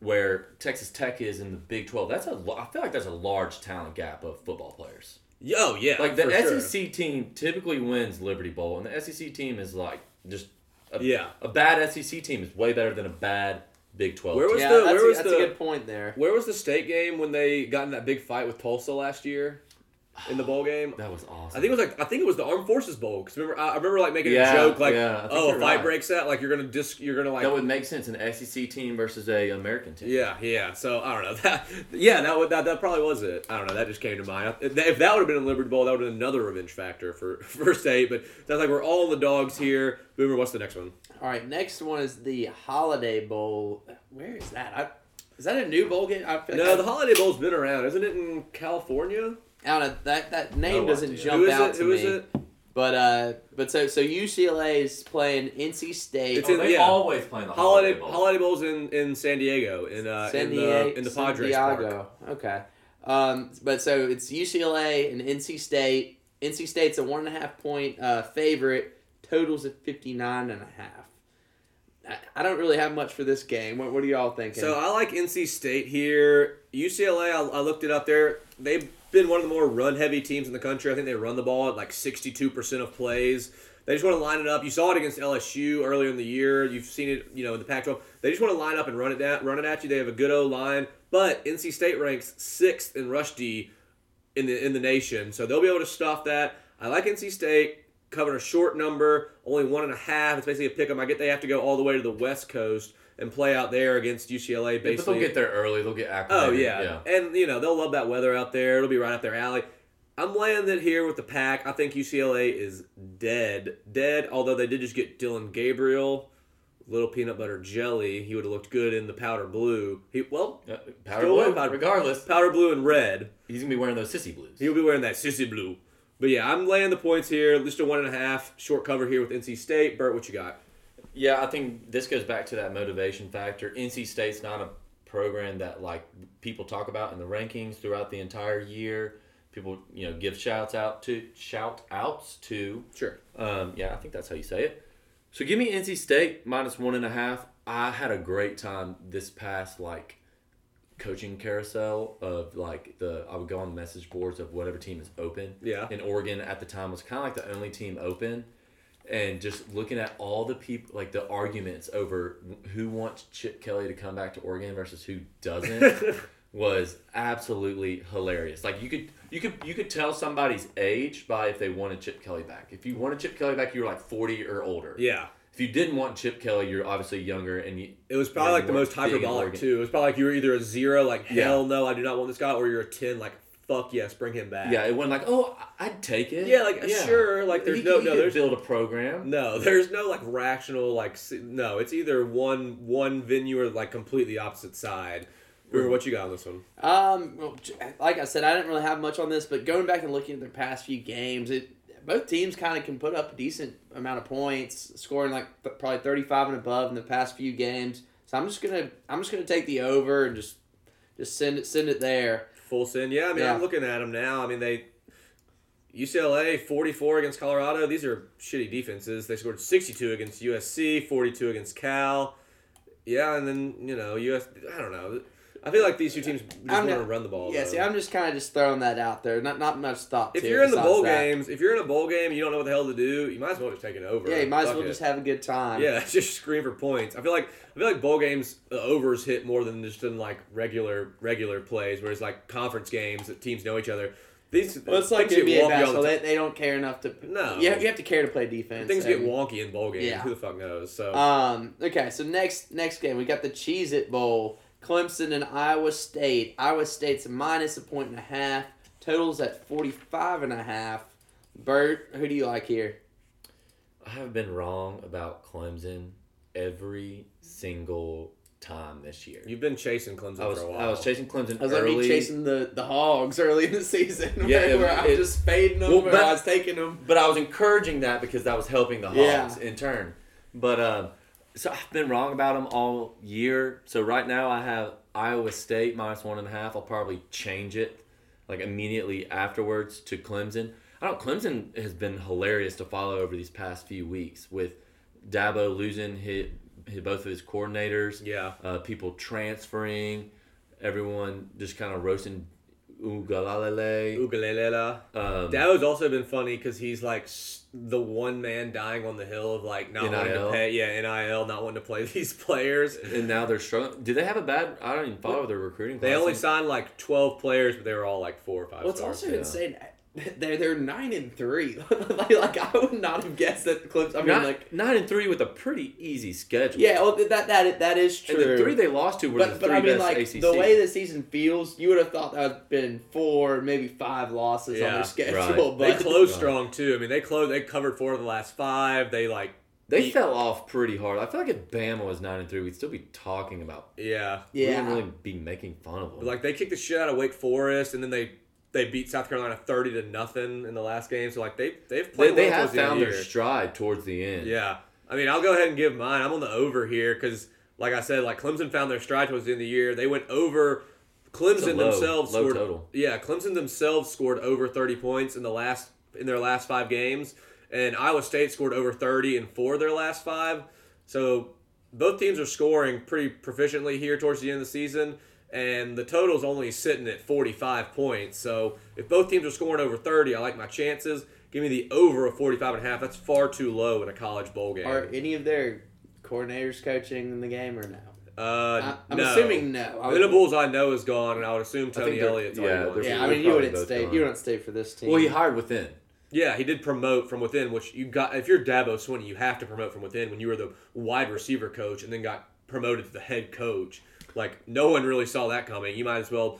S3: where Texas Tech is in the Big Twelve, that's a lo- I feel like that's a large talent gap of football players.
S1: Yo, yeah,
S3: Like the
S1: for sure.
S3: SEC team typically wins Liberty Bowl, and the SEC team is like just a,
S1: Yeah.
S3: a bad SEC team is way better than a bad Big Twelve.
S1: Where
S3: team.
S1: was
S4: Yeah,
S1: the-
S4: that's,
S1: where
S4: a,
S1: was
S4: that's a
S1: the-
S4: good point there.
S1: Where was the state game when they got in that big fight with Tulsa last year? in the bowl game.
S3: That was
S1: I
S3: awesome.
S1: think it was like I think it was the Armed Forces Bowl because remember I I remember like making
S3: Yeah,
S1: a joke like
S3: yeah, I think
S1: oh
S3: you're
S1: if
S3: right.
S1: fight breaks out like you're gonna disc you're gonna like
S3: that would make sense an SEC team versus a American team.
S1: yeah yeah so I don't know that yeah that would that, that probably was it I don't know that just came to mind if that, if that would have been in Liberty Bowl that would have been another revenge factor for for state but that's like we're all the dogs here Boomer what's the next one
S4: All right, next one is the Holiday Bowl. Where is that? I, is that a new bowl game? I feel
S1: no
S4: I,
S1: the Holiday Bowl's been around isn't it in California
S4: I don't know, that that name
S3: No
S4: doesn't
S3: idea.
S4: jump
S1: who is
S4: out
S1: it
S4: to
S1: who
S4: me.
S1: is it
S4: But uh, but so so UCLA is playing NC State.
S1: It's
S3: Oh,
S1: in-
S3: they
S1: yeah.
S3: always play in the
S1: Holiday
S3: Holiday, Bowl.
S1: Holiday Bowl's in in San Diego in uh
S4: San
S1: in the,
S4: Diego
S1: in the
S4: San
S1: Padres Park.
S4: Diego. Okay. Um, but so it's UCLA and NC State. NC State's a one and a half point uh, favorite. Totals of 59 and a half. I, I don't really have much for this game. What, what are y'all thinking?
S1: So I like NC State here. UCLA, I, I looked it up there. They've been one of the more run heavy teams in the country. I think they run the ball at like 62% of plays. They just want to line it up. You saw it against LSU earlier in the year. You've seen it, you know, in the Pac-12. They just want to line up and run it down, run it at you. They have a good O line, but NC State ranks sixth in rush D in the in the nation. So they'll be able to stuff that. I like NC State covering a short number, only one and a half. It's basically a pick 'em. I get they have to go all the way to the West Coast and play out there against UCLA.
S3: Yeah, but they'll
S1: Basically,
S3: get there early. They'll get
S1: oh
S3: acclimated.
S1: yeah. and you know they'll love that weather out there. It'll be right up their alley. I'm laying it here with the pack. I think UCLA is dead, dead. Although they did just get Dylan Gabriel, little peanut butter jelly. He would have looked good in the powder blue. He well,
S3: Yeah. Powder
S1: Still
S3: blue.
S1: win, powder-
S3: Regardless,
S1: powder blue and red.
S3: he's gonna be wearing those sissy blues.
S1: He'll be wearing that sissy blue. But yeah, I'm laying the points here. At least a one and a half short cover here with NC State. Bert, what you got?
S3: Yeah, I think this goes back to that motivation factor. NC State's not a program that like people talk about in the rankings throughout the entire year. People, you know, give shouts out to shout outs to.
S1: Sure.
S3: Um, yeah, I think that's how you say it. So give me NC State minus one and a half. I had a great time this past like coaching carousel of like the I would go on the message boards of whatever team is open.
S1: Yeah.
S3: And Oregon at the time was kind of like the only team open, and just looking at all the people like the arguments over who wants Chip Kelly to come back to Oregon versus who doesn't. was absolutely hilarious. Like you could you could you could tell somebody's age by if they wanted Chip Kelly back. If you wanted Chip Kelly back, you were like 40 or older.
S1: Yeah.
S3: If you didn't want Chip Kelly, you're obviously younger and you
S1: It was probably
S3: Yeah,
S1: like the
S3: more
S1: most
S3: big and
S1: hyperbolic
S3: Oregon.
S1: too. It was probably like you were either a zero, like
S3: Yeah.
S1: hell no, I do not want this guy, or you're a ten, like fuck yes, bring him back.
S3: Yeah, it wasn't like, oh, I- I'd take it.
S1: Yeah, like sure, like there's
S3: He-
S1: no
S3: he
S1: no
S3: could
S1: there's
S3: build a program.
S1: no there's no like rational like s- no. It's either one one venue or like completely opposite side. Remember what you got on this one?
S4: Um, well, j- like I said, I didn't really have much on this, but going back and looking at their past few games, it both teams kind of can put up a decent amount of points, scoring like th- probably thirty five and above in the past few games. So I'm just gonna I'm just gonna take the over and just just send it send it there.
S1: Full sin. Yeah, I mean,
S4: Yeah.
S1: I'm looking at them now. I mean, they UCLA 44 against Colorado. These are shitty defenses. They scored 62 against USC, 42 against Cal. Yeah, and then you know US. I don't know. I feel like these two teams just
S4: I'm
S1: want to
S4: not-
S1: run the ball.
S4: yeah,
S1: though.
S4: see, I'm just kind of just throwing that out there. Not not much thought.
S1: if
S4: to it
S1: you're in the
S4: besides
S1: bowl
S4: that.
S1: games, if you're in a bowl game, and you don't know what the hell to do. You might as well just take it over.
S4: yeah, you might as
S1: Fuck
S4: well
S1: it.
S4: just have a good time.
S1: Yeah, it's just screen for points. I feel like I feel like bowl games uh, overs hit more than just in like regular regular plays, whereas like conference games that teams know each other. These
S4: Well, it's like
S1: things get wonky
S4: NBA
S1: all the
S4: basketball.
S1: time.
S4: They, they don't care enough to.
S1: No.
S4: You have, you have to care to play defense.
S1: Things get
S4: and-
S1: wonky in bowl games.
S4: Yeah.
S1: Who the fuck knows? So
S4: Um. Okay. So next next game we got the Cheez It Bowl, Clemson and Iowa State. Iowa State's minus a point and a half. Totals at 45 and a half. Bert, who do you like here?
S3: I have been wrong about Clemson every single time this year.
S1: you've been chasing Clemson
S3: I was
S1: for a while.
S3: I was chasing Clemson
S4: I was
S3: early.
S4: like me chasing the, the hogs early in the season.
S3: Yeah,
S4: where,
S3: it-
S4: where I'm
S3: it-
S4: just fading them.
S3: Well,
S4: where
S3: but-
S4: I was taking them.
S3: but I was encouraging that because that was helping the
S4: Yeah.
S3: Hogs in turn. But um, so I've been wrong about them all year. So right now I have Iowa State minus one and a half. I'll probably change it like immediately afterwards to Clemson. I don't. Clemson has been hilarious to follow over these past few weeks with Dabo losing his, his both of his coordinators
S1: Yeah.
S3: uh, people transferring, everyone just kind of roasting Ugalalele.
S1: Ugalela.
S3: Um,
S1: Dabo's also been funny because he's like s- the one man dying on the hill of like not wanting to
S3: NIL.
S1: pay. Yeah, nil not wanting to play these players.
S3: and now they're struggling. Did they have a bad? I don't even follow their recruiting.
S1: They
S3: class.
S1: only signed like twelve players, but they were all like four or five.
S4: Well, it's
S1: stars.
S4: also
S3: yeah.
S4: insane. They're they're nine and three. like, like, I would not have guessed that Clips. I mean,
S3: nine,
S4: like
S3: nine and three with a pretty easy schedule.
S4: yeah, well, that that that is true.
S3: and the three they lost to were
S4: but
S3: the
S4: but
S3: three
S4: I mean, like
S3: best ACC.
S4: the way the season feels, you would have thought that would have been four, maybe five losses on
S1: Yeah,
S4: their schedule.
S3: right.
S1: They
S4: But
S1: closed
S3: Right.
S1: strong too. I mean, they closed. They covered four of the last five. They like,
S3: they
S1: beat-
S3: fell off pretty hard. I feel like if Bama was nine and three, we'd still be talking about.
S1: yeah,
S3: we
S4: yeah,
S3: wouldn't really be making fun of them.
S1: like they kicked the shit out of Wake Forest, and then they they beat South Carolina thirty to nothing in the last game. So like they they've
S3: they,
S1: played.
S3: they
S1: well
S3: have
S1: towards the end
S3: found
S1: of the
S3: their
S1: year.
S3: stride towards the end.
S1: Yeah, I mean, I'll go ahead and give mine. I'm on the over here because, like I said, like Clemson found their stride towards the end of the year. They went over.
S3: It's a
S1: Clemson
S3: low-
S1: themselves
S3: low
S1: scored.
S3: total.
S1: Yeah, Clemson themselves scored over 30 points in the last in their last five games, and Iowa State scored over 30 in four of their last five. So both teams are scoring pretty proficiently here towards the end of the season. And the total's only sitting at 45 points. So if both teams are scoring over 30, I like my chances. Give me the over of 45 and a half. That's far too low in a college bowl game.
S4: are any of their coordinators coaching in the game or no?
S1: uh,
S4: I, I'm
S1: no.
S4: assuming no. I would-
S1: Venables I know is gone, and I would assume
S3: think
S1: Tony
S3: they're-
S1: Elliott's
S3: yeah,
S1: already gone.
S3: they're-
S4: Yeah, I
S3: They're
S4: mean, you
S3: probably
S4: wouldn't
S3: both
S4: stay.
S3: gone.
S4: You wouldn't stay for this team.
S3: Well, he hired within.
S1: Yeah, he did promote from within, which you got. If you're Dabo Swinney, you have to promote from within. When you were the wide receiver coach and then got promoted to the head coach, like no one really saw that coming. You might as well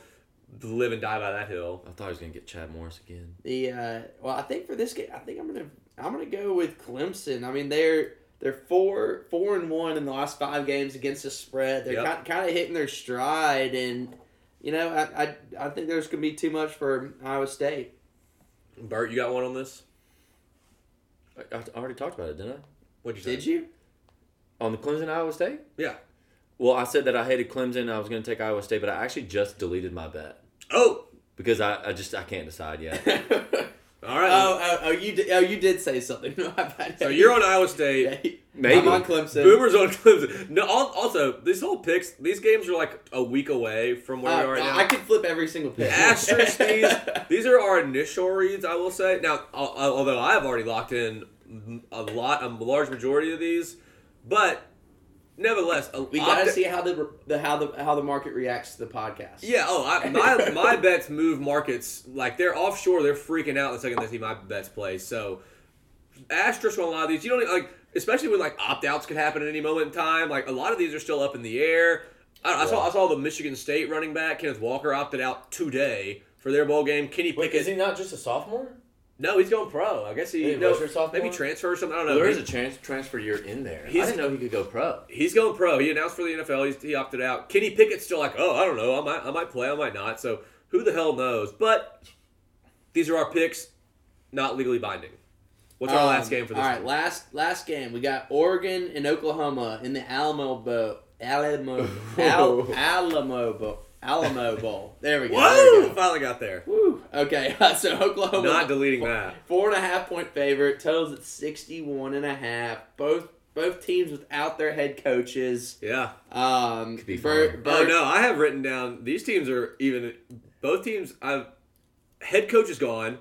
S1: live and die by that hill.
S3: I thought he was gonna get Chad Morris again.
S4: The uh, well, I think for this game, I think I'm gonna I'm gonna go with Clemson. I mean, they're they're four four and one in the last five games against the spread. They're
S1: Yep.
S4: kind, kind of hitting their stride, and you know, I, I I think there's gonna be too much for Iowa State.
S1: Bert, you got one on this?
S3: I, I already talked about it, didn't
S1: What'd you say?
S4: Did you?
S3: I? On the Clemson Iowa State.
S1: Yeah.
S3: Well, I said that I hated Clemson. I was gonna take Iowa State, but I actually just deleted my bet
S1: Oh,
S3: because I, I just I can't decide yet.
S4: oh,
S1: all right.
S4: oh, oh, you did, oh, you did say something. My bad.
S1: so you're on Iowa State.
S4: Okay.
S3: Maybe.
S4: I'm on Clemson. Uh,
S1: Boomers on Clemson. No, al- also these whole picks, these games are like a week away from where
S4: Uh,
S1: we are right now.
S4: I could flip every single pick.
S1: Asterisk these. These are our initial reads, I will say. Now, al- al- although I have already locked in a lot, a large majority of these, but nevertheless, a
S4: We
S1: opt-
S4: gotta see how the, the how the how the market reacts to the podcast.
S1: Yeah. Oh, I, my my bets move markets like they're offshore. They're freaking out the second they see my bets play. So asterisk on a lot of these. You don't even, like, especially when like opt outs could happen at any moment in time. Like a lot of these are still up in the air. I, I saw I saw the Michigan State running back Kenneth Walker opted out today for their bowl game. Kenny Pickett.
S3: not just a sophomore?
S1: No, he's going pro. I guess he
S3: Maybe
S1: no,
S3: redshirt sophomore?
S1: maybe transfer or something. I don't know.
S3: Well, there is
S1: He-
S3: a trans- transfer year in there. I
S1: He's-
S3: didn't know he could go pro.
S1: he's going pro. He announced for the NFL. He's, he opted out. Kenny Pickett's still like, oh, I don't know. I might, I might play. I might not. So who the hell knows? But these are our picks, not legally binding. What's our
S4: Um,
S1: last game for this?
S4: All right,
S1: week?
S4: last last game. We got Oregon and Oklahoma in the Alamo Bowl. Alamo Al,
S3: Whoa.
S4: Alamo Bowl. Alamo Bowl. There we go. there we
S1: Whoa!
S4: go.
S1: Finally got there.
S4: Woo. Okay, so Oklahoma
S1: Not deleting that.
S4: four and a half point favorite. Totals at sixty one and a half. Both both teams without their head coaches.
S1: Yeah.
S4: Um,
S3: be fun.
S1: Oh no, I have written down these teams are even. Both teams, I've head coach is gone.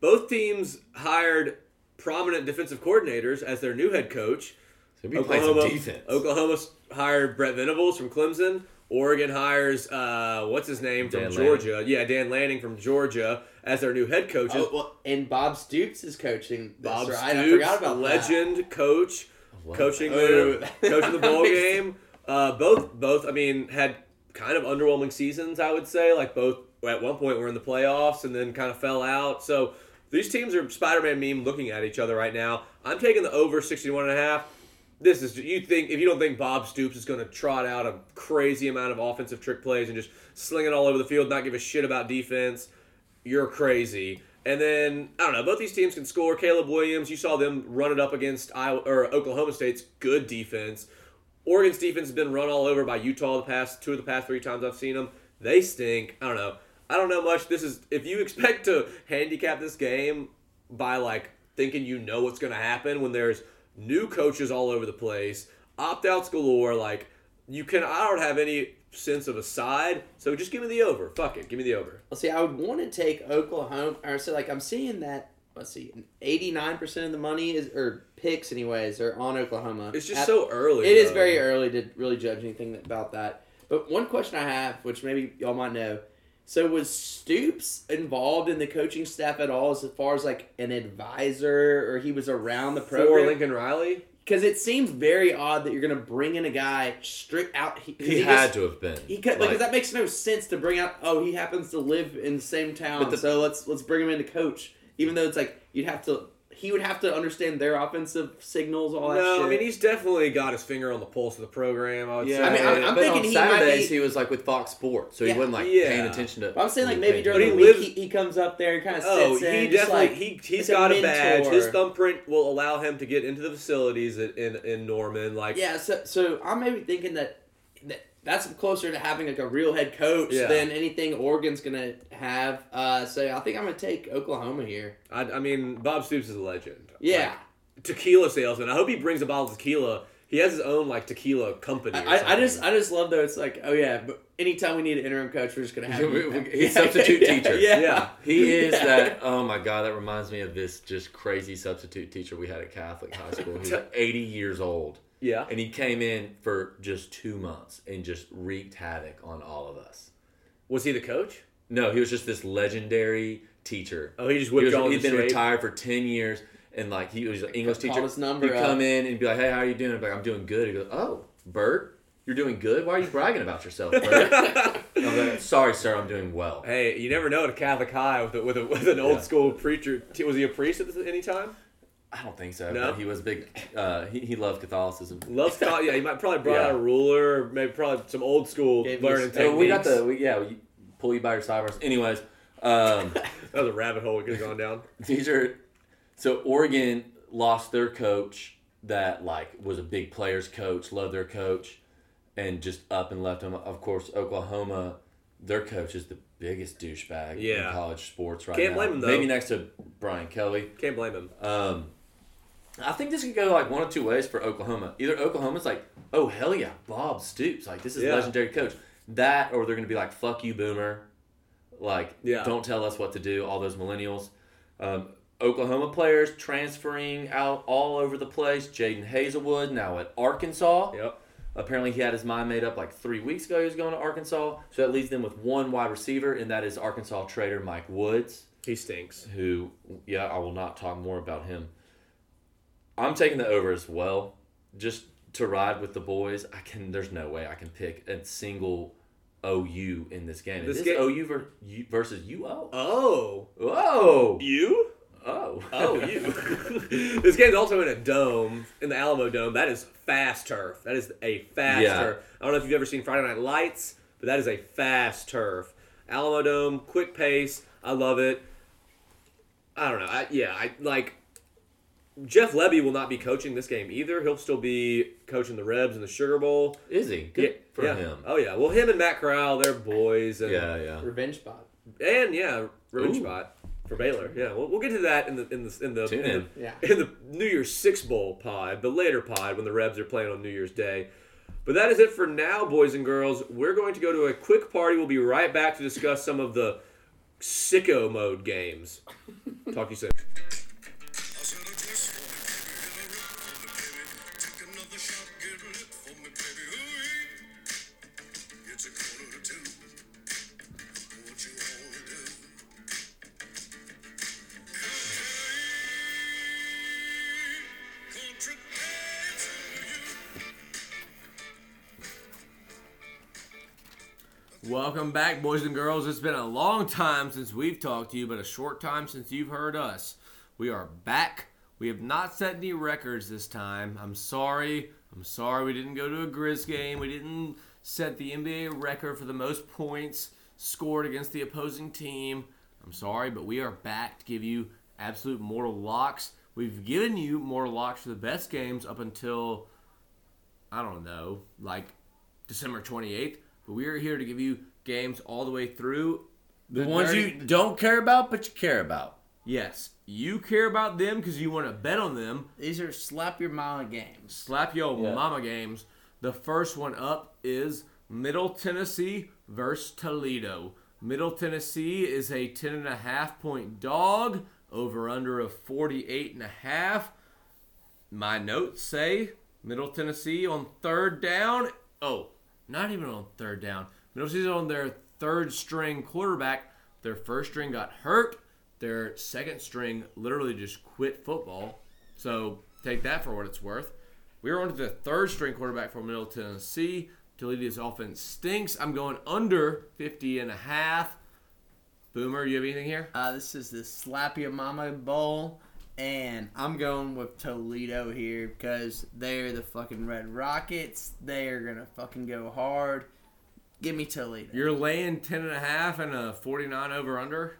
S1: Both teams hired prominent defensive coordinators as their new head coach.
S3: So we play some defense.
S1: Oklahoma s- hired Brett Venables from Clemson. Oregon hires uh, what's his name from
S3: Dan
S1: Georgia? Yeah, Dan Lanning from Georgia as their new head coach.
S4: Oh, well, and Bob Stoops is coaching. This,
S1: Bob
S4: right? I
S1: Stoops,
S4: forgot about that.
S1: legend coach,
S3: Wow.
S1: coaching
S4: Oh.
S1: the coaching the bowl game. Uh, both both I mean had kind of underwhelming seasons. I would say like both at one point were in the playoffs and then kind of fell out. So these teams are Spider-Man meme looking at each other right now. I'm taking the over 61 and a half. This is you think if you don't think Bob Stoops is going to trot out a crazy amount of offensive trick plays and just sling it all over the field, not give a shit about defense you're crazy. And then I don't know. Both these teams can score. Caleb Williams, you saw them run it up against Iowa or Oklahoma State's good defense. Oregon's defense has been run all over by Utah the past two of the past three times I've seen them. They stink. I don't know. I don't know much. This is if you expect to handicap this game by like thinking you know what's going to happen when there's new coaches all over the place, opt outs galore. Like you can, I don't have any sense of a side. So just give me the over. Fuck it, give me the over.
S4: Well, see, I would want to take Oklahoma, or so like I'm seeing that. Let's see, eighty nine percent of the money is or picks, anyways, are on Oklahoma.
S1: It's just
S4: At-
S1: so early.
S4: It is
S1: though.
S4: very early to really judge anything about that. But one question I have, which maybe y'all might know,
S2: So was Stoops involved in the coaching staff at all, as far as like an advisor, or he was around the
S1: For
S2: program?
S1: Lincoln Riley,
S2: Because it seems very odd that you're going to bring in a guy strict out. He, 'cause
S3: He,
S2: he
S3: had
S2: just-
S3: to have been.
S2: He could, like, 'cause that makes no sense to bring out. Oh, he happens to live in the same town,
S3: But the-
S2: so let's let's bring him in to coach. Even though it's like you'd have to, he would have to understand their offensive signals, all that
S1: no,
S2: shit.
S1: I mean he's definitely got his finger on the pulse of the program. I would
S3: yeah,
S1: say.
S2: I mean, I'm- I'm
S3: but
S2: thinking
S3: on
S2: he might
S3: Saturdays
S2: be-
S3: he was like with Fox Sports, so
S2: Yeah.
S3: he wasn't like
S1: Yeah.
S3: paying attention to.
S2: But I'm saying like
S3: really
S2: maybe
S3: paying
S2: during the
S1: But
S2: week
S1: he lives-
S2: he, he comes up there and kind of sits
S1: Oh,
S2: in,
S1: he
S2: just,
S1: definitely
S2: like,
S1: he
S2: it's
S1: he's
S2: a
S1: got a,
S2: mentor.
S1: badge. His thumbprint will allow him to get into the facilities in in, in Norman. Like
S2: Yeah, so so I'm maybe thinking that, that that's closer to having like a real head coach
S1: Yeah.
S2: than anything Oregon's gonna have. Uh, so I think I'm gonna take Oklahoma here.
S1: I, I mean, Bob Stoops is a legend.
S2: Yeah,
S1: Like, tequila salesman. I hope he brings a bottle of tequila. He has his own like tequila company. or
S2: I, I, I just
S1: something.
S2: I just love though it's like oh yeah, but anytime we need an interim coach, we're just gonna have
S3: We-
S2: you.
S3: we- he's substitute
S2: yeah,
S3: teacher.
S2: Yeah,
S1: Yeah.
S3: He is
S2: Yeah.
S3: that. Oh my god, that reminds me of this just crazy substitute teacher we had at Catholic high school. He's like 80 years old,
S1: yeah.
S3: and he came in for just two months and just wreaked havoc on all of us.
S1: Was he the coach?
S3: No, he was just this legendary teacher.
S1: Oh, he just
S3: He
S1: whipped
S3: was,
S1: all
S3: he'd
S1: the
S3: been
S1: shape.
S3: retired for 10 years, and like he was an English
S2: Call
S3: teacher.
S2: his number
S3: he'd
S2: up.
S3: come in and be like, "Hey, how are you doing?" I'd be like, "I'm doing good." He goes, "Oh, Bert, you're doing good. Why are you bragging about yourself, Bert?" And I'm like, "Sorry, sir, I'm doing well."
S1: Hey, you never know at a Catholic high with a, with, a, with an old
S3: Yeah.
S1: school preacher. T- Was he a priest at any time?
S3: I don't think so.
S1: No?
S3: But he was a big. Uh, he, he loved Catholicism.
S1: Loves to yeah. He might probably brought
S3: Yeah.
S1: out a ruler, maybe probably some old school
S2: Gave him
S1: learning
S2: his-
S1: techniques.
S3: Oh, we got the we, yeah. We pull you by your sideburns. Anyways, um,
S1: that was a rabbit hole we could have gone down.
S3: these are so Oregon lost their coach that like was a big players coach, loved their coach, and just up and left him. Of course, Oklahoma, their coach is the biggest douchebag
S1: Yeah.
S3: in college sports right
S1: Can't
S3: now.
S1: blame him, though.
S3: Maybe next to Brian Kelly.
S1: Can't blame him.
S3: Um, I think this could go like one of two ways for Oklahoma. Either Oklahoma's like, oh hell yeah, Bob Stoops, like this is
S1: Yeah.
S3: a legendary coach. That, or they're gonna be like, fuck you, Boomer, like
S1: Yeah.
S3: don't tell us what to do. All those millennials. Um, Oklahoma players transferring out all over the place. Jaden Hazelwood now at Arkansas.
S1: Yep.
S3: Apparently, he had his mind made up like three weeks ago. He was going to Arkansas, so that leaves them with one wide receiver, and that is Arkansas trader Mike Woods
S1: He stinks.
S3: who yeah i will not talk more about him i'm taking the over as well just to ride with the boys i can there's no way i can pick a single ou in this game
S1: This
S3: this,
S1: ga-
S3: ou ver, U versus uo
S1: Oh,
S3: whoa
S1: you?
S3: oh
S1: Oh, you. this game's also in a dome, in the Alamo Dome. That is fast turf. That is a fast
S3: Yeah.
S1: turf. I don't know if you've ever seen Friday Night Lights, but that is a fast turf. Alamo Dome, quick pace. I love it. I don't know. I, yeah, I like. Jeff Levy will not be coaching this game either. He'll still be coaching the Rebs in the Sugar Bowl.
S3: is he good for
S1: yeah.
S3: him
S1: Oh yeah. Well, him and Matt Corral, they're boys. And,
S3: yeah yeah
S2: revenge spot.
S1: And yeah, revenge
S3: Ooh.
S1: spot for Baylor. Yeah, we'll, we'll get to that in the in the in the
S3: Tune
S1: in the-
S3: in.
S2: Yeah.
S1: in the New Year's Six Bowl pod, the later pod when the Rebs are playing on New Year's Day. But that is it for now, boys and girls. We're going to go to a quick party. We'll be right back to discuss some of the sicko mode games. Talk to you soon. Welcome back, boys and girls. It's been a long time since we've talked to you, but a short time since you've heard us. We are back. We have not set any records this time. I'm sorry. I'm sorry we didn't go to a Grizz game. We didn't set the NBA record for the most points scored against the opposing team. I'm sorry, but we are back to give you absolute mortal locks. We've given you mortal locks for the best games up until I don't know, like December 28th. But we are here to give you games all the way through.
S3: the,
S1: ones
S3: don't care about but you care about
S1: Yes, you care about them because you want to bet on them.
S4: These are slap your mama games.
S1: Slap yo
S3: Yeah.
S1: mama games. The first one up is Middle Tennessee versus Toledo. Middle Tennessee is a 10.5 point dog over under of 48.5. My notes say Middle Tennessee on third down. Oh, not even on third down. Middle Tennessee's on their third string quarterback. Their first string got hurt. Their second string literally just quit football. So take that for what it's worth. We are on to the third string quarterback for Middle Tennessee. Toledo's offense stinks. I'm going under 50 and a half. Boomer, you have anything here?
S4: Uh, this is the Slap Your Mama Bowl, and I'm going with Toledo here because they're the fucking Red Rockets. They're gonna fucking go hard. Give me Toledo.
S1: You're laying 10 and a half and a 49 over under?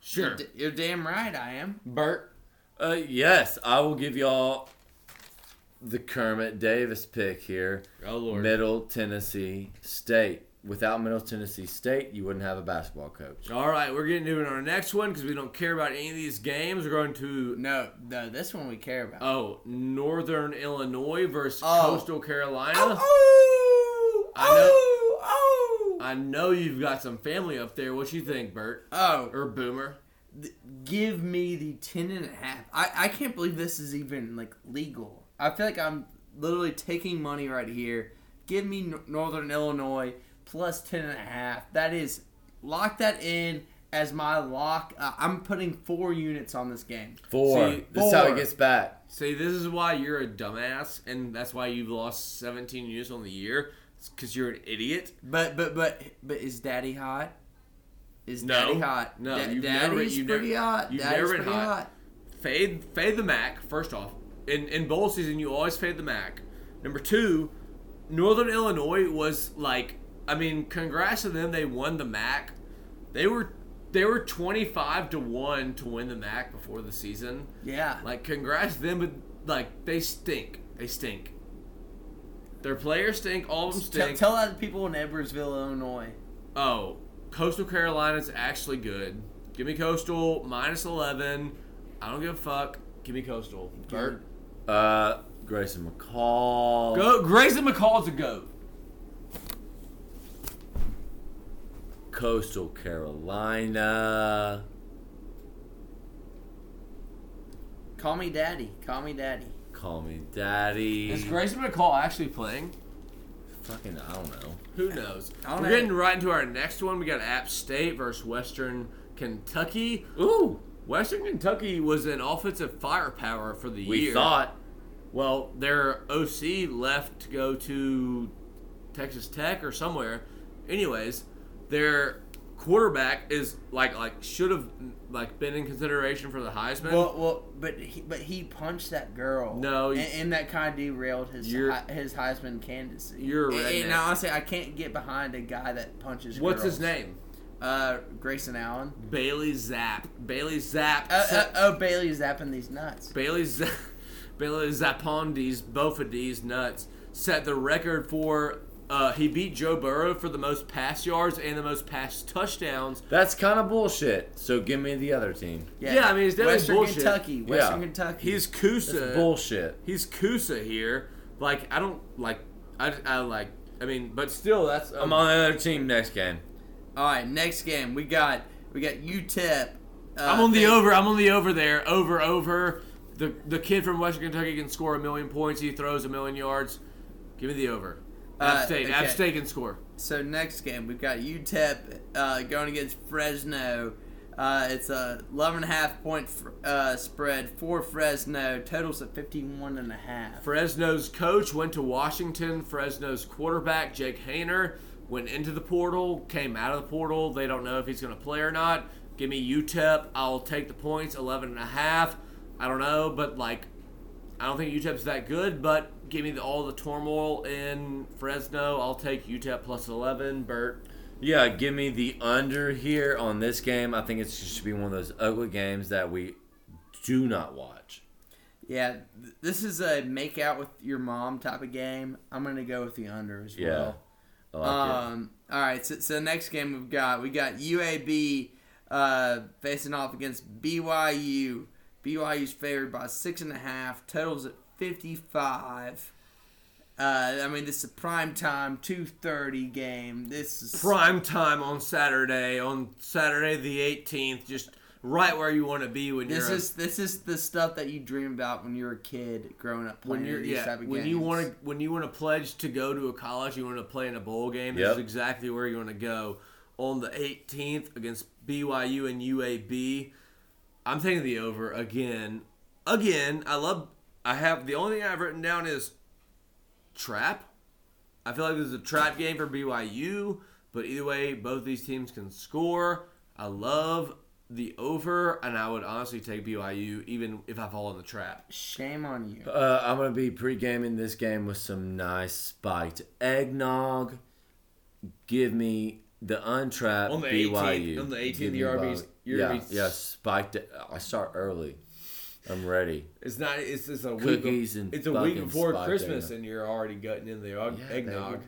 S1: Sure.
S4: D- You're damn right I am.
S1: Bert.
S3: Uh, yes, I will give y'all the Kermit Davis pick here.
S1: Oh, Lord.
S3: Middle Tennessee State. Without Middle Tennessee State, you wouldn't have a basketball coach.
S1: All right, we're getting to our next one because we don't care about any of these games. We're going to
S4: No, no, this one we care about.
S1: oh Northern Illinois versus
S4: Oh.
S1: Coastal Carolina.
S4: oh,
S1: I know-
S4: oh,
S1: I know you've got some family up there. What you think, Bert
S4: oh.
S1: or Boomer?
S4: Th- give me the ten and a half. I, I can't believe this is even like legal. I feel like I'm literally taking money right here. Give me Nor- Northern Illinois plus ten and a half. That is lock that in as my lock. Uh, I'm putting four units on this game.
S3: Four.
S1: See,
S3: this is how
S4: four.
S3: it gets back.
S1: See, this is why you're a dumbass, and that's why you've lost 17 years on the year. It's because you're an idiot.
S4: But but but but is Daddy hot? Is
S1: No.
S4: Daddy hot?
S1: No,
S4: Da-
S1: you've never-
S4: Daddy's
S1: you've never-
S4: pretty hot.
S1: you've
S4: Daddy's
S1: never been
S4: pretty
S1: hot.
S4: hot.
S1: Fade, fade the Mac. First off, in in bowl season, you always fade the Mac. Number two, Northern Illinois was like, I mean, congrats to them. They won the Mac. They were they were 25 to 1 to win the mac before the season
S4: Yeah.
S1: like congrats to them but like they stink they stink their players stink all of them
S4: tell,
S1: stink
S4: tell that to people in Edwardsville, Illinois.
S1: Oh, Coastal Carolina's actually good. Give me Coastal minus eleven. I don't give a fuck. Give me Coastal. Bert.
S3: Uh, Grayson McCall.
S1: Go. Grayson McCall's a goat.
S3: Coastal Carolina.
S4: Call me Daddy. Call me Daddy.
S3: Call me daddy.
S1: Is Grayson McCall actually playing?
S3: Fucking, I don't know.
S1: Who knows?
S4: I don't
S1: We're
S4: know.
S1: getting right into our next one. We got App State versus Western Kentucky.
S3: Ooh,
S1: Western Kentucky was an offensive firepower for the
S3: we
S1: year.
S3: thought.
S1: Well, their OC left to go to Texas Tech or somewhere. Anyways, their quarterback is like like should have like been in consideration for the Heisman.
S4: Well, well, but he, but he punched that girl.
S1: No,
S4: and,
S1: you-
S4: and that kind of derailed his
S1: You're-
S4: Hei- his Heisman candidacy.
S1: You're a
S4: And-
S1: redneck.
S4: and honestly, I can't get behind a guy that punches.
S1: What's
S4: girls.
S1: his name?
S4: Uh, Grayson Allen.
S1: Bailey Zapp. Bailey Zapp.
S4: Uh, uh, oh, Bailey's zapping these nuts.
S1: Bailey Z- Bailey Zapondi's both of these nuts set the record for. Uh, he beat Joe Burrow for the most pass yards and the most pass touchdowns
S3: That's kind of bullshit. So give me the other team.
S1: Yeah, I mean, it's definitely
S4: Western
S1: bullshit.
S4: Kentucky. Western
S3: Yeah.
S4: Kentucky.
S1: He's Kusa.
S3: That's bullshit.
S1: He's Kusa here. Like I don't like I, I like I mean, but still that's um,
S3: I'm on the other team next game.
S4: All right, next game we got we got UTEP. Uh,
S1: I'm on the
S4: they-
S1: over. I'm on the over there. Over over. The the kid from Western Kentucky can score a million points. He throws a million yards. Give me the over. App
S4: Uh,
S1: State.
S4: okay.
S1: App State can score.
S4: So next game we've got UTEP uh, going against Fresno. Uh, it's a 11 and a half point fr- uh, spread for Fresno. Totals at 51 and a half.
S1: Fresno's coach went to Washington. Fresno's quarterback, Jake Hayner, went into the portal, came out of the portal. They don't know if he's going to play or not. Give me UTEP. I'll take the points, 11 and a half. I don't know, but like, I don't think UTEP's that good, but give me the, all the turmoil in Fresno. I'll take UTEP plus 11, Bert.
S3: Yeah, give me the under here on this game. I think it should be one of those ugly games that we do not watch.
S4: Yeah, th- this is a make out with your mom type of game. I'm gonna go with the under as
S3: Yeah.
S4: well.
S3: I like
S1: Uh.
S3: it.
S4: Um, all right. So, so next game we've got we got UAB uh, facing off against BYU. BYU's favored by six and a half. Totals at fifty-five. Uh, I mean, this is a prime time two thirty game. This is
S1: Prime time on Saturday, on Saturday the 18th. Just right where you want to be when
S4: This
S1: you're
S4: is this is the stuff that you dream about when you're a kid growing up
S1: a, when
S4: playing
S1: you're
S4: these
S1: yeah
S4: type of
S1: when
S4: games.
S1: you want to when you want to pledge to go to a college you want to play in a bowl game. This
S3: Yep.
S1: is exactly where you want to go on the 18th against BYU and UAB. I'm taking the over again. Again, I love. I have the only thing I've written down is trap. I feel like this is a trap game for BYU, but either way, both these teams can score. I love the over, and I would honestly take BYU even if I fall in the trap.
S4: Shame on you.
S3: Uh, I'm gonna be pre-gaming this game with some nice spiked eggnog. Give me the untrapped
S1: On the 18th
S3: BYU.
S1: on the 18th,
S3: Give me
S1: the RBs
S3: BYU.
S1: your
S3: yeah,
S1: RBs
S3: yeah, spiked. e- I start early. I'm ready.
S1: It's not. It's it's a
S3: Cookies
S1: week.
S3: and
S1: it's a week
S3: fucking
S1: before
S3: spiked
S1: Christmas,
S3: eggnog.
S1: and you're already gutting in the og-
S3: Yeah,
S1: eggnog.
S3: baby.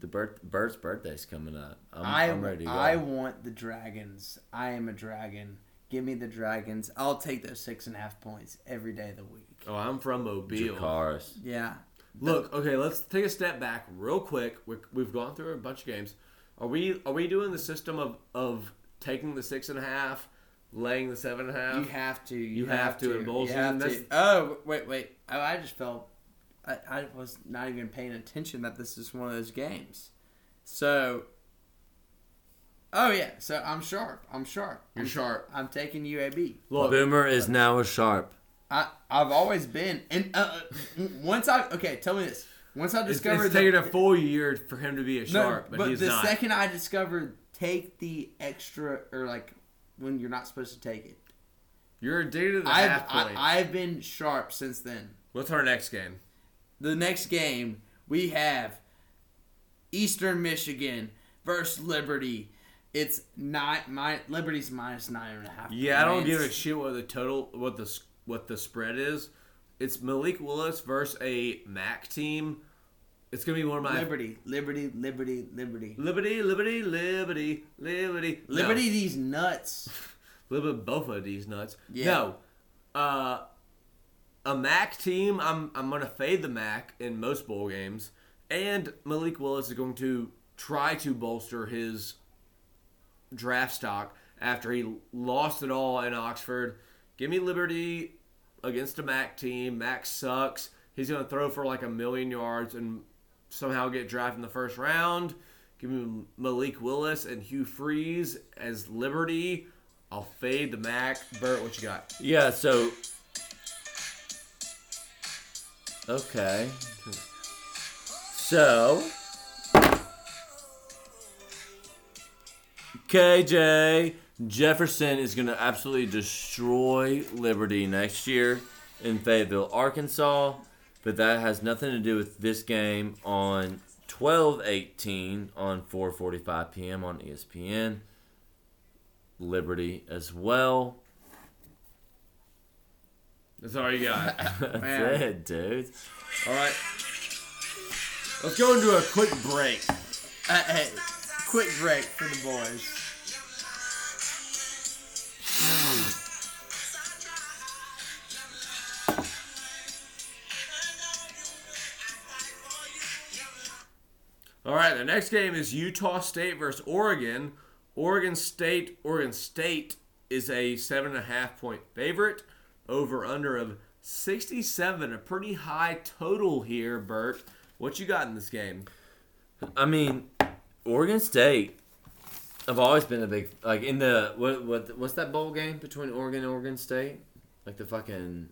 S3: The birth, Bert's birthday's coming up. I'm,
S4: I
S3: am ready to go.
S4: I want the dragons. I am a dragon. Give me the dragons. I'll take those six and a half points every day of the week.
S1: Oh, I'm from Mobile.
S3: Jacaris.
S4: Yeah.
S1: Look, okay, let's take a step back real quick. We're, we've gone through a bunch of games. Are we are we doing the system of of taking the six and a half, laying the seven and a
S4: You
S1: half?
S4: have to. You,
S1: have to in bowl
S4: you have
S1: season.
S4: to. Oh wait, wait. Oh, I just felt. I, I was not even paying attention that this is one of those games. So. Oh yeah. So I'm sharp. I'm sharp. You're sharp. I'm taking UAB.
S1: Look,
S3: Boomer
S1: uh,
S3: is now a sharp.
S4: I I've always been and uh, uh, once I okay tell me this once I
S1: it's,
S4: discovered
S1: it's taken a full year for him to be a
S4: no,
S1: sharp, but, he's
S4: the
S1: not.
S4: second I discovered take the extra or like when you're not supposed to take it
S1: You're addicted to the
S4: I've
S1: half
S4: I,
S1: point.
S4: I've been sharp since then
S1: What's our next game?
S4: the next game we have Eastern Michigan versus Liberty it's not my Liberty's minus nine and a half
S1: Yeah, I don't
S4: points.
S1: give a shit what the total, what the s- what the spread is. It's Malik Willis versus a MAC team. It's gonna be one of my
S4: Liberty Liberty Liberty Liberty
S1: Liberty, Liberty, Liberty, Liberty, No.
S4: Liberty these nuts
S1: little bit both of these nuts.
S4: Yeah.
S1: No, uh, a MAC team. I'm I'm gonna fade the MAC in most bowl games, and Malik Willis is going to try to bolster his draft stock after he lost it all in Oxford. Give me Liberty against a MAC team. MAC sucks. He's gonna throw for like a million yards and somehow get drafted in the first round. Give me Malik Willis and Hugh Freeze as Liberty. I'll fade the Mac. Bert, what you got?
S3: Yeah, so. Okay. So. KJ Jefferson is going to absolutely destroy Liberty next year in Fayetteville, Arkansas. But that has nothing to do with this game on 12:18 on 4:45 p.m. on E ESPN. Liberty as well.
S1: That's all you got.
S3: That's
S4: Man.
S3: it, dude.
S1: all right. Let's go into a quick break.
S4: Uh, hey, quick break for the boys.
S1: All right, the next game is Utah State versus Oregon. Oregon State, Oregon State is a seven and a half point favorite. Over under of sixty-seven, a pretty high total here, Bert. What you got in this game?
S3: I mean, Oregon State. I've always been a big like in the what what what's that bowl game between Oregon and Oregon State? Like the fucking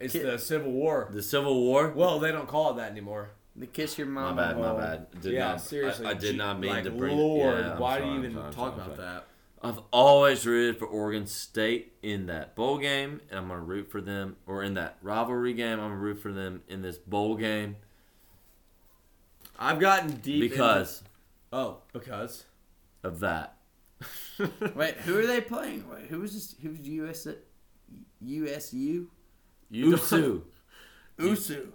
S1: It's the Civil War.
S3: the Civil War.
S1: Well, they don't call it that anymore.
S4: The kiss your
S3: My
S4: mom.
S3: bad, my bad. Did
S1: yeah,
S3: not,
S1: seriously.
S3: I, I did
S1: gee-
S3: not mean
S1: like,
S3: to bring.
S1: Lord,
S3: yeah, I'm
S1: why
S3: sorry,
S1: do you
S3: I'm
S1: even
S3: sorry, I'm
S1: talk
S3: sorry,
S1: about
S3: I'm sorry.
S1: that?
S3: I've always rooted for Oregon State in that bowl game, and I'm gonna root for them or in that rivalry game. I'm gonna root for them in this bowl game
S1: I've gotten deep into-
S3: because
S1: oh, because
S3: of that.
S4: Wait, who are they playing? Wait, who was this? Who's US? USU?
S3: Usu,
S4: USU.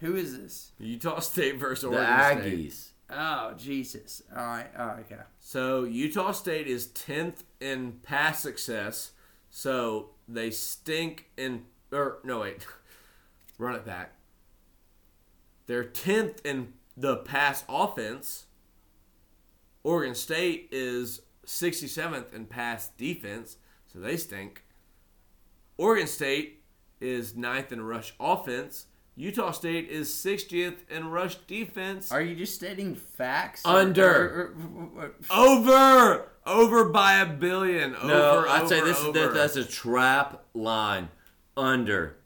S4: Who is this?
S1: Utah State versus
S3: the
S1: Oregon State.
S3: Aggies.
S4: Oh Jesus! All right, all right, okay.
S1: So Utah State is tenth in pass success, so they stink in or no wait, run it back. They're tenth in the pass offense. Oregon State is sixty seventh in pass defense, so they stink. Oregon State is ninth in rush offense. Utah State is 60th in rush defense.
S4: Are you just stating facts?
S1: Under.
S4: Or- or- or- or-
S1: Over, over by a billion.
S3: No,
S1: over,
S3: I'd say
S1: over,
S3: this is that,
S1: over.
S3: that's a trap line. Under.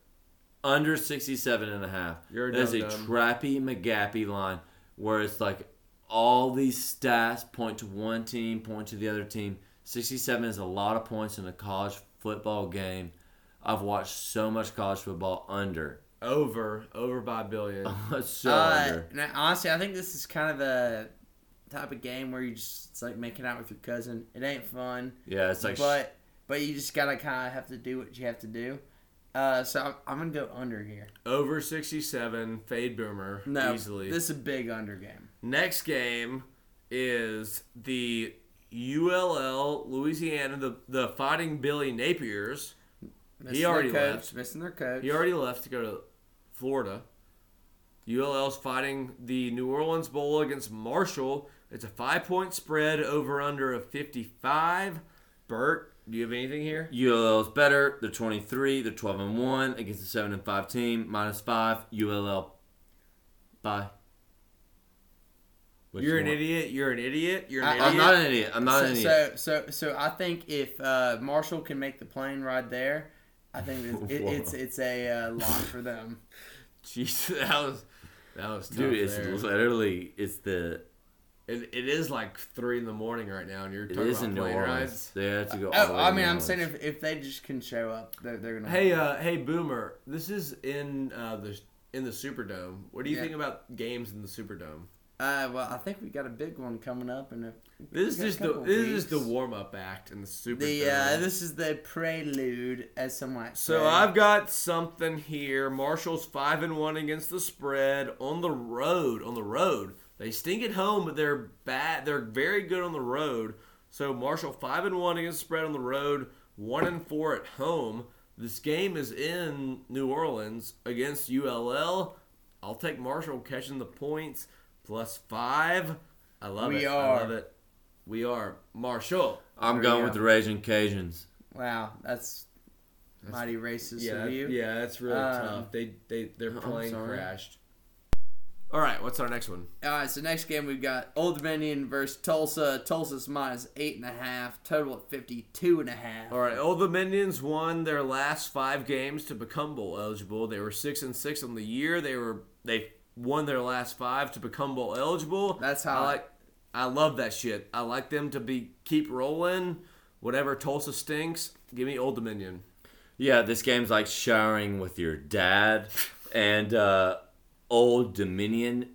S3: Under 67 and a half.
S1: You're a
S3: that's a
S1: dum-dum.
S3: trappy McGappy line where it's like all these stats point to one team, point to the other team. 67 is a lot of points in a college football game. I've watched so much college football under.
S1: over, over by a billion.
S3: so
S4: Uh,
S3: under.
S4: now, honestly, I think this is kind of a type of game where you just it's like making out with your cousin. It ain't fun,
S3: Yeah, it's like sh-
S4: but but you just gotta kind of have to do what you have to do. Uh, so I'm, I'm gonna go under here.
S1: Over 67, fade boomer
S4: No,
S1: easily.
S4: this is a big under game.
S1: Next game is the ULL Louisiana, the the Fighting Billy Napiers.
S4: Missing
S1: already
S4: their coach,
S1: left.
S4: Missing their coach.
S1: He already left to go to Florida. ULL's fighting the New Orleans Bowl against Marshall. It's a five point spread over under of 55. Bert, do you have anything here?
S3: ULL is better. They're 23. They're 12 and 1 against a 7 and 5 team. Minus 5. ULL. Bye. What
S1: You're
S3: you
S1: an
S3: want?
S1: idiot. You're an idiot. You're an
S4: I-
S1: idiot.
S3: I'm not an idiot. I'm not
S4: so,
S3: an idiot.
S4: so so so I think if uh, Marshall can make the plane ride there, I think it, it,
S3: Whoa.
S4: it's it's a uh, lock for them.
S1: Jeez, that was that was tough
S3: Dude, it's
S1: there.
S3: literally it's the
S1: It, it is like three in the morning right now, and you're
S3: it
S1: talking
S3: is
S1: about
S3: in New
S1: plane
S3: Orleans.
S1: rides.
S3: They have to go. all the
S4: Oh,
S3: way
S4: I
S3: to
S4: mean,
S3: New
S4: I'm saying
S3: Orleans.
S4: if, if they just can show up, they're, they're gonna.
S1: Hey, uh, hey, Boomer, this is in uh, the in the Superdome. What do you
S4: Yeah.
S1: think about games in the Superdome?
S4: Uh, well, I think we got a big one coming up, and
S1: This is
S4: got a
S1: just the
S4: couple
S1: this is
S4: weeks.
S1: the warm up act in the Superdome.
S4: the uh, this is the prelude, as some might say.
S1: so I've got something here. Marshall's five and one against the spread on the road. On the road, they stink at home, but they're bad. They're very good on the road. So Marshall five and one against the spread on the road, one and four at home. This game is in New Orleans against ULL. I'll take Marshall catching the points plus five. I love
S4: We
S1: it.
S4: are.
S1: I love it. We are Marshall.
S3: I'm going with the Raging Cajuns.
S4: wow, that's, mighty racist
S1: Yeah,
S4: of you.
S1: yeah, that's really
S4: Um,
S1: tough. They they their plane
S3: sorry.
S1: crashed. All right, what's our next one?
S4: All right, so next game we've got Old Dominion versus Tulsa. Tulsa's minus eight and a half, total at fifty-two and a half.
S1: All right, Old Dominions won their last five games to become bowl eligible. They were six and six on the year. They were they won their last five to become bowl eligible.
S4: That's
S1: I
S4: hot.
S1: like. I love that shit. I like them to be keep rolling. Whatever Tulsa stinks, give me Old Dominion.
S3: Yeah, this game's like showering with your dad. And uh, Old Dominion,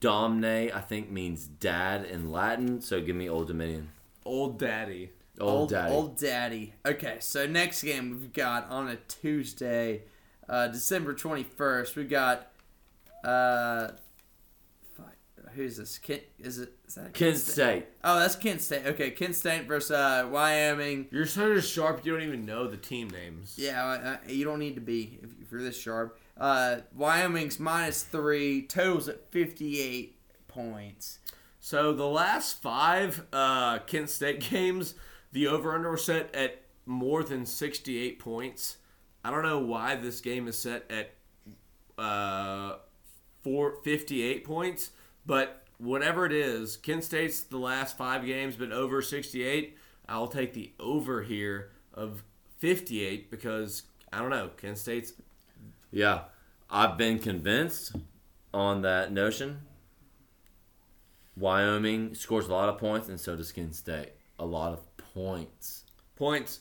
S3: Domne, I think means dad in Latin. So give me Old Dominion.
S1: Old Daddy.
S3: Old, daddy.
S4: Old daddy. Okay, so next game we've got on a Tuesday, uh, December 21st, we've got. Uh, fuck, who's this? Kent, is it? Is that
S3: Kent State.
S4: Oh, that's Kent State. Okay, Kent State versus uh, Wyoming.
S1: You're so sharp you don't even know the team names.
S4: Yeah, uh, uh, you don't need to be if, if you're this sharp. Uh, Wyoming's minus three, totals at 58 points.
S1: So the last five uh, Kent State games, the over/under were set at more than 68 points. I don't know why this game is set at uh, four, 58 points, but whatever it is, Kent State's the last five games been over 68. I'll take the over here of 58 because I don't know Kent State's.
S3: Yeah, I've been convinced on that notion. Wyoming scores a lot of points, and so does Kent State. A lot of points.
S1: Points.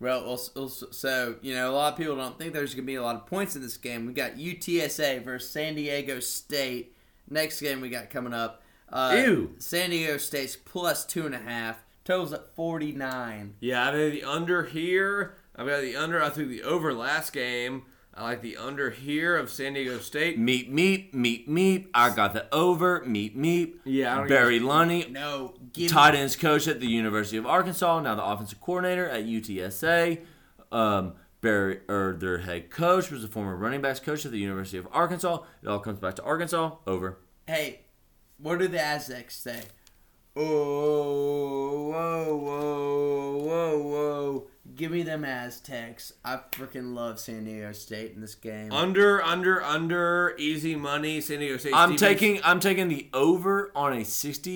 S4: Well, also, also- so you know, a lot of people don't think there's going to be a lot of points in this game. We got UTSA versus San Diego State. Next game we got coming up. Uh,
S3: Ew.
S4: San Diego State's plus two and a half. Totals at forty nine.
S1: Yeah, I've got the under here. I've got the under. I threw the over last game. I like the under here of San Diego State.
S3: Meep meep meep meep. I got the over. Meep meep.
S1: Yeah, I don't
S3: Barry Lunny,
S4: No, give me-
S3: tight ends coach at the University of Arkansas, now the offensive coordinator at UTSA. Um, Barry, or their head coach, was a former running backs coach at the University of Arkansas. It all comes back to Arkansas. Over.
S4: Hey, what do the Aztecs say? Oh, whoa, whoa, whoa, whoa. Give me them Aztecs. I freaking love San Diego State in this game.
S1: Under, under, under, easy money. San Diego State.
S3: I'm taking I'm taking the over on a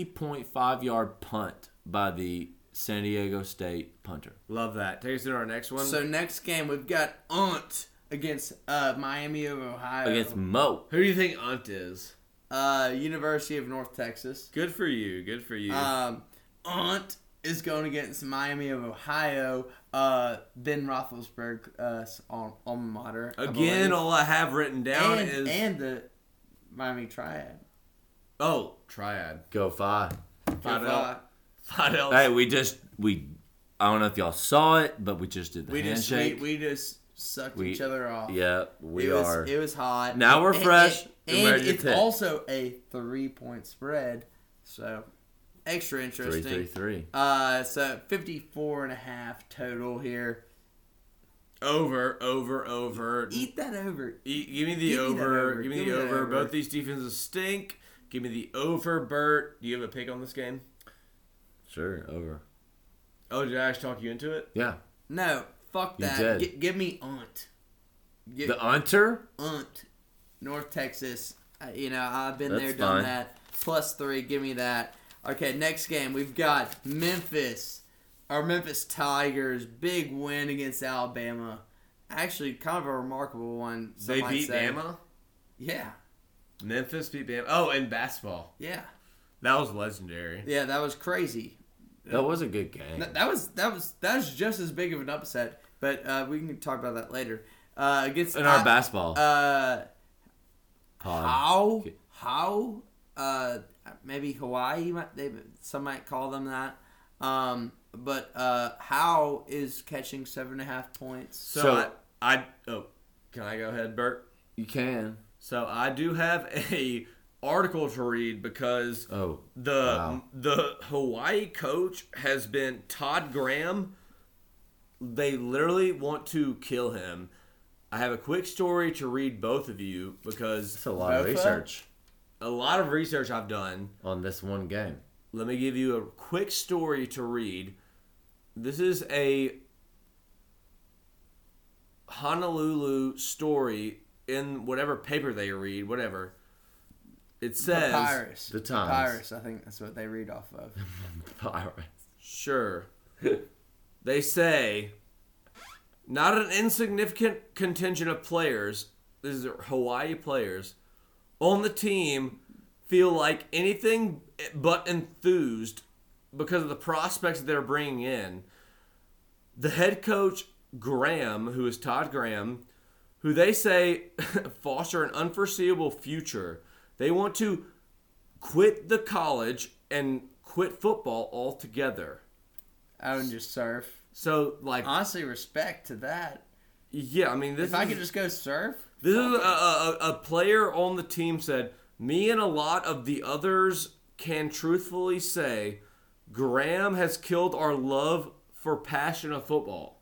S3: 60.5 yard punt by the San Diego State punter.
S1: Love that. Take us to our next one.
S4: so next game we've got Unt against uh, Miami of Ohio
S3: Against Mo.
S1: Who do you think Unt is?
S4: uh, University of North Texas.
S1: Good for you. Good for you.
S4: Um, Unt is going against Miami of Ohio. Uh, Ben Roethlisberger, uh, s- al- alma mater. I
S1: Again,
S4: believe.
S1: all I have written down
S4: and,
S1: is
S4: and the Miami Triad.
S1: oh triad.
S3: Go five.
S1: Five
S4: If,
S1: L.
S4: uh,
S1: Five L.
S3: Hey, we just we I don't know if y'all saw it, but we just did the
S4: we just we,
S3: handshake.
S4: we just sucked
S3: We-
S4: each other off.
S3: yeah, we
S4: it was,
S3: are.
S4: It was hot.
S3: Now we're
S4: And-
S3: fresh and
S4: And, and
S3: ready to
S4: it's
S3: pick.
S4: also a three-point spread, so extra
S3: three
S4: interesting.
S3: three three.
S4: Uh, so 54 and a half total here.
S1: Over, over, over.
S4: Eat that over.
S1: E- give me the
S4: Give me that
S1: over.
S4: over.
S1: Give me the over. Both these defenses stink. Give me the over, Bert. Do you have a pick on this game?
S3: Sure, over.
S1: Oh, did Ash talk you into it?
S3: Yeah.
S4: No, fuck
S3: You
S4: that.
S3: did.
S4: G- give me Unt. Give
S3: The hunter?
S4: Unt. North Texas. Uh, you know, I've been
S3: That's
S4: there, done
S3: fine.
S4: that. Plus three. Give me that. Okay, next game. We've got Memphis. Our Memphis Tigers. Big win against Alabama. Actually, kind of a remarkable one. some
S1: they
S4: might
S1: beat
S4: say.
S1: Bama.
S4: Yeah,
S1: Memphis beat Bama. Oh, and basketball.
S4: yeah.
S1: That was legendary.
S4: Yeah, that was crazy.
S3: That was a good game.
S4: Th- That was that was that was just as big of an upset, but uh, we can talk about that later. Uh, against
S3: In our
S4: I-
S3: basketball
S4: uh,
S3: pod.
S4: how
S3: Okay.
S4: how uh, maybe Hawaii you might they some might call them that, um, but uh, how is catching seven and a half points?
S1: So,
S3: So-
S1: I, I oh, can I go ahead, Bert?
S3: You can.
S1: So I do have a article to read because
S3: Oh.
S1: the
S3: wow.
S1: the Hawaii coach has been Todd Graham. They literally want to kill him. I have a quick story to read both of you because
S3: That's a lot of
S4: Bofa?
S3: research
S1: a lot of research I've done.
S3: on this one game.
S1: Let me give you a quick story to read. This is a Honolulu story in whatever paper they read, whatever. It says
S4: Papyrus,
S3: the Times.
S4: Papyrus, I think that's what they read off of.
S3: Pirates.
S1: Sure. they say not an insignificant contingent of players, this is Hawaii players, on the team feel like anything but enthused because of the prospects they're bringing in. The head coach, Graham, who is Todd Graham, who they say foster an unforeseeable future. They want to quit the college and quit football altogether.
S4: I would just surf.
S1: So like,
S4: Honestly, respect to that.
S1: yeah, I mean, this
S4: If I
S1: is,
S4: could just go surf,
S1: this is a, a, a- a player on the team said. Me and a lot of the others can truthfully say, Graham has killed our love for passion of football.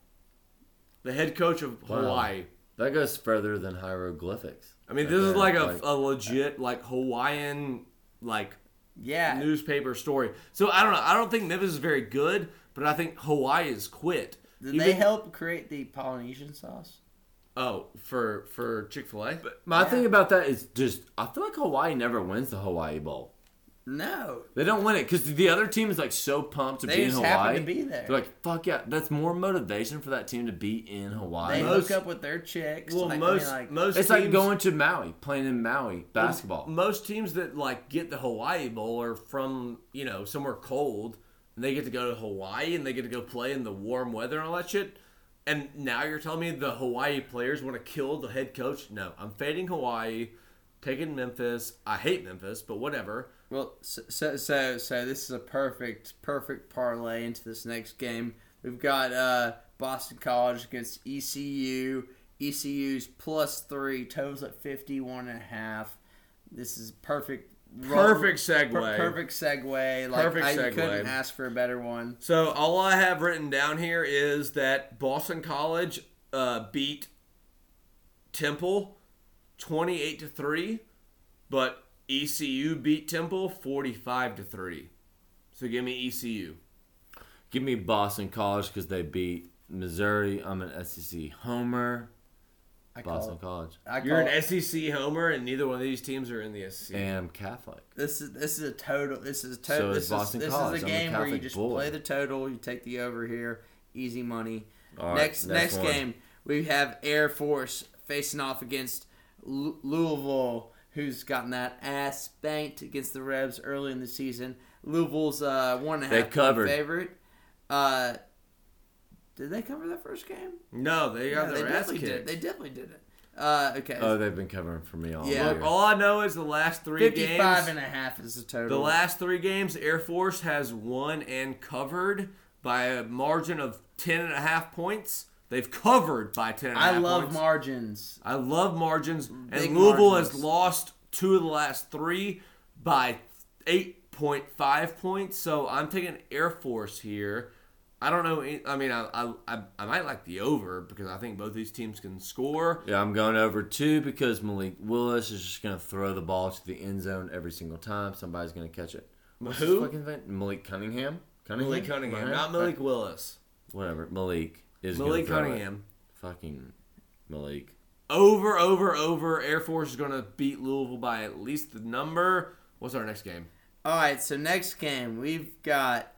S1: The head coach of
S3: Wow.
S1: Hawaii.
S3: That goes further than hieroglyphics.
S1: I mean,
S3: Right
S1: this is
S3: there,
S1: like a, a legit like Hawaiian like
S4: yeah.
S1: newspaper story. So I don't know. I don't think Memphis is very good, but I think Hawaii is quit.
S4: Did
S1: Even-
S4: they help create the Polynesian sauce?
S1: Oh, for for Chick Fil A.
S3: My thing about that is just I feel like Hawaii never wins the Hawaii Bowl.
S4: No,
S3: They don't win it because the other team is like so pumped to
S4: They
S3: be in
S4: just
S3: Hawaii.
S4: happen to be there.
S3: They're like, fuck yeah, that's more motivation for that team to be in
S4: They
S3: Hawaii.
S1: Most-
S4: hook up with their chicks.
S1: Well,
S4: like, I mean,
S1: most
S4: like,
S1: most
S3: it's
S1: teams,
S3: like going to Maui, playing in Maui basketball.
S1: Most teams that like get the Hawaii Bowl are from you know somewhere cold, and they get to go to Hawaii and they get to go play in the warm weather and all that shit. And now you're telling me the Hawaii players want to kill the head coach? No, I'm fading Hawaii, taking Memphis. I hate Memphis, but whatever.
S4: well, so, so so so this is a perfect perfect parlay into this next game. We've got uh, Boston College against E ECU. ECU's E plus three, totals at fifty one and a half. This is perfect.
S1: Perfect
S4: per-
S1: segue.
S4: perfect segue. Like
S1: Perfect
S4: I
S1: segue.
S4: couldn't ask for a better one.
S1: So all I have written down here is that Boston College uh, beat Temple twenty-eight to three, but ECU beat Temple forty-five to three. So give me E ECU.
S3: Give me Boston College because they beat Missouri. I'm an SEC homer.
S4: I call,
S3: Boston
S4: it,
S3: College.
S4: I call
S1: You're
S4: it-
S1: an SEC homer, and neither one of these teams are in the E
S4: E
S1: SEC.
S3: And I'm Catholic.
S4: This is this is a total. This is a
S3: So
S4: total.
S3: is
S4: this is,
S3: Boston
S4: this
S3: College.
S4: is a
S3: I'm a
S4: game where you
S3: Catholic
S4: just
S3: boy.
S4: play the total. You take the over here. Easy money.
S3: All right,
S4: next next
S3: next one.
S4: game we have Air Force facing off against Lu- Louisville, who's gotten that ass spanked against the Rebs early in the season. Louisville's uh, one and a half
S3: They
S4: point
S3: covered.
S4: favorite. Uh, did they cover that first game?
S1: no, they got
S4: No,
S1: their
S4: they
S1: ass
S4: definitely
S1: kicked.
S4: did. They definitely did it. Uh, okay.
S3: Oh, they've been covering for me all
S4: Yeah.
S3: year.
S1: Look, all I know is the last three
S4: 55
S1: games.
S4: and a half is the total.
S1: The last three games, Air Force has won and covered by a margin of ten and a half points. They've covered by ten and a half
S4: I love
S1: points.
S4: margins.
S1: I love margins,
S4: Big
S1: and Louisville has
S4: margins.
S1: lost two of the last three by eight point five points. So I'm taking Air Force here. I don't know. any- I mean, I, I I I might like the over because I think both these teams can score.
S3: Yeah, I'm going over two because Malik Willis is just going to throw the ball to the end zone every single time. Somebody's going to catch it. What's his
S1: Who?
S3: fucking thing? Malik Cunningham? Cunningham?
S1: Malik Cunningham, not Malik Willis.
S3: Whatever. Malik is gonna
S1: Malik
S3: throw it.
S1: Cunningham.
S3: Fucking Malik.
S1: Over, over, over. Air Force is gonna beat Louisville by at least the number. What's our next game?
S4: All right, so next game we've got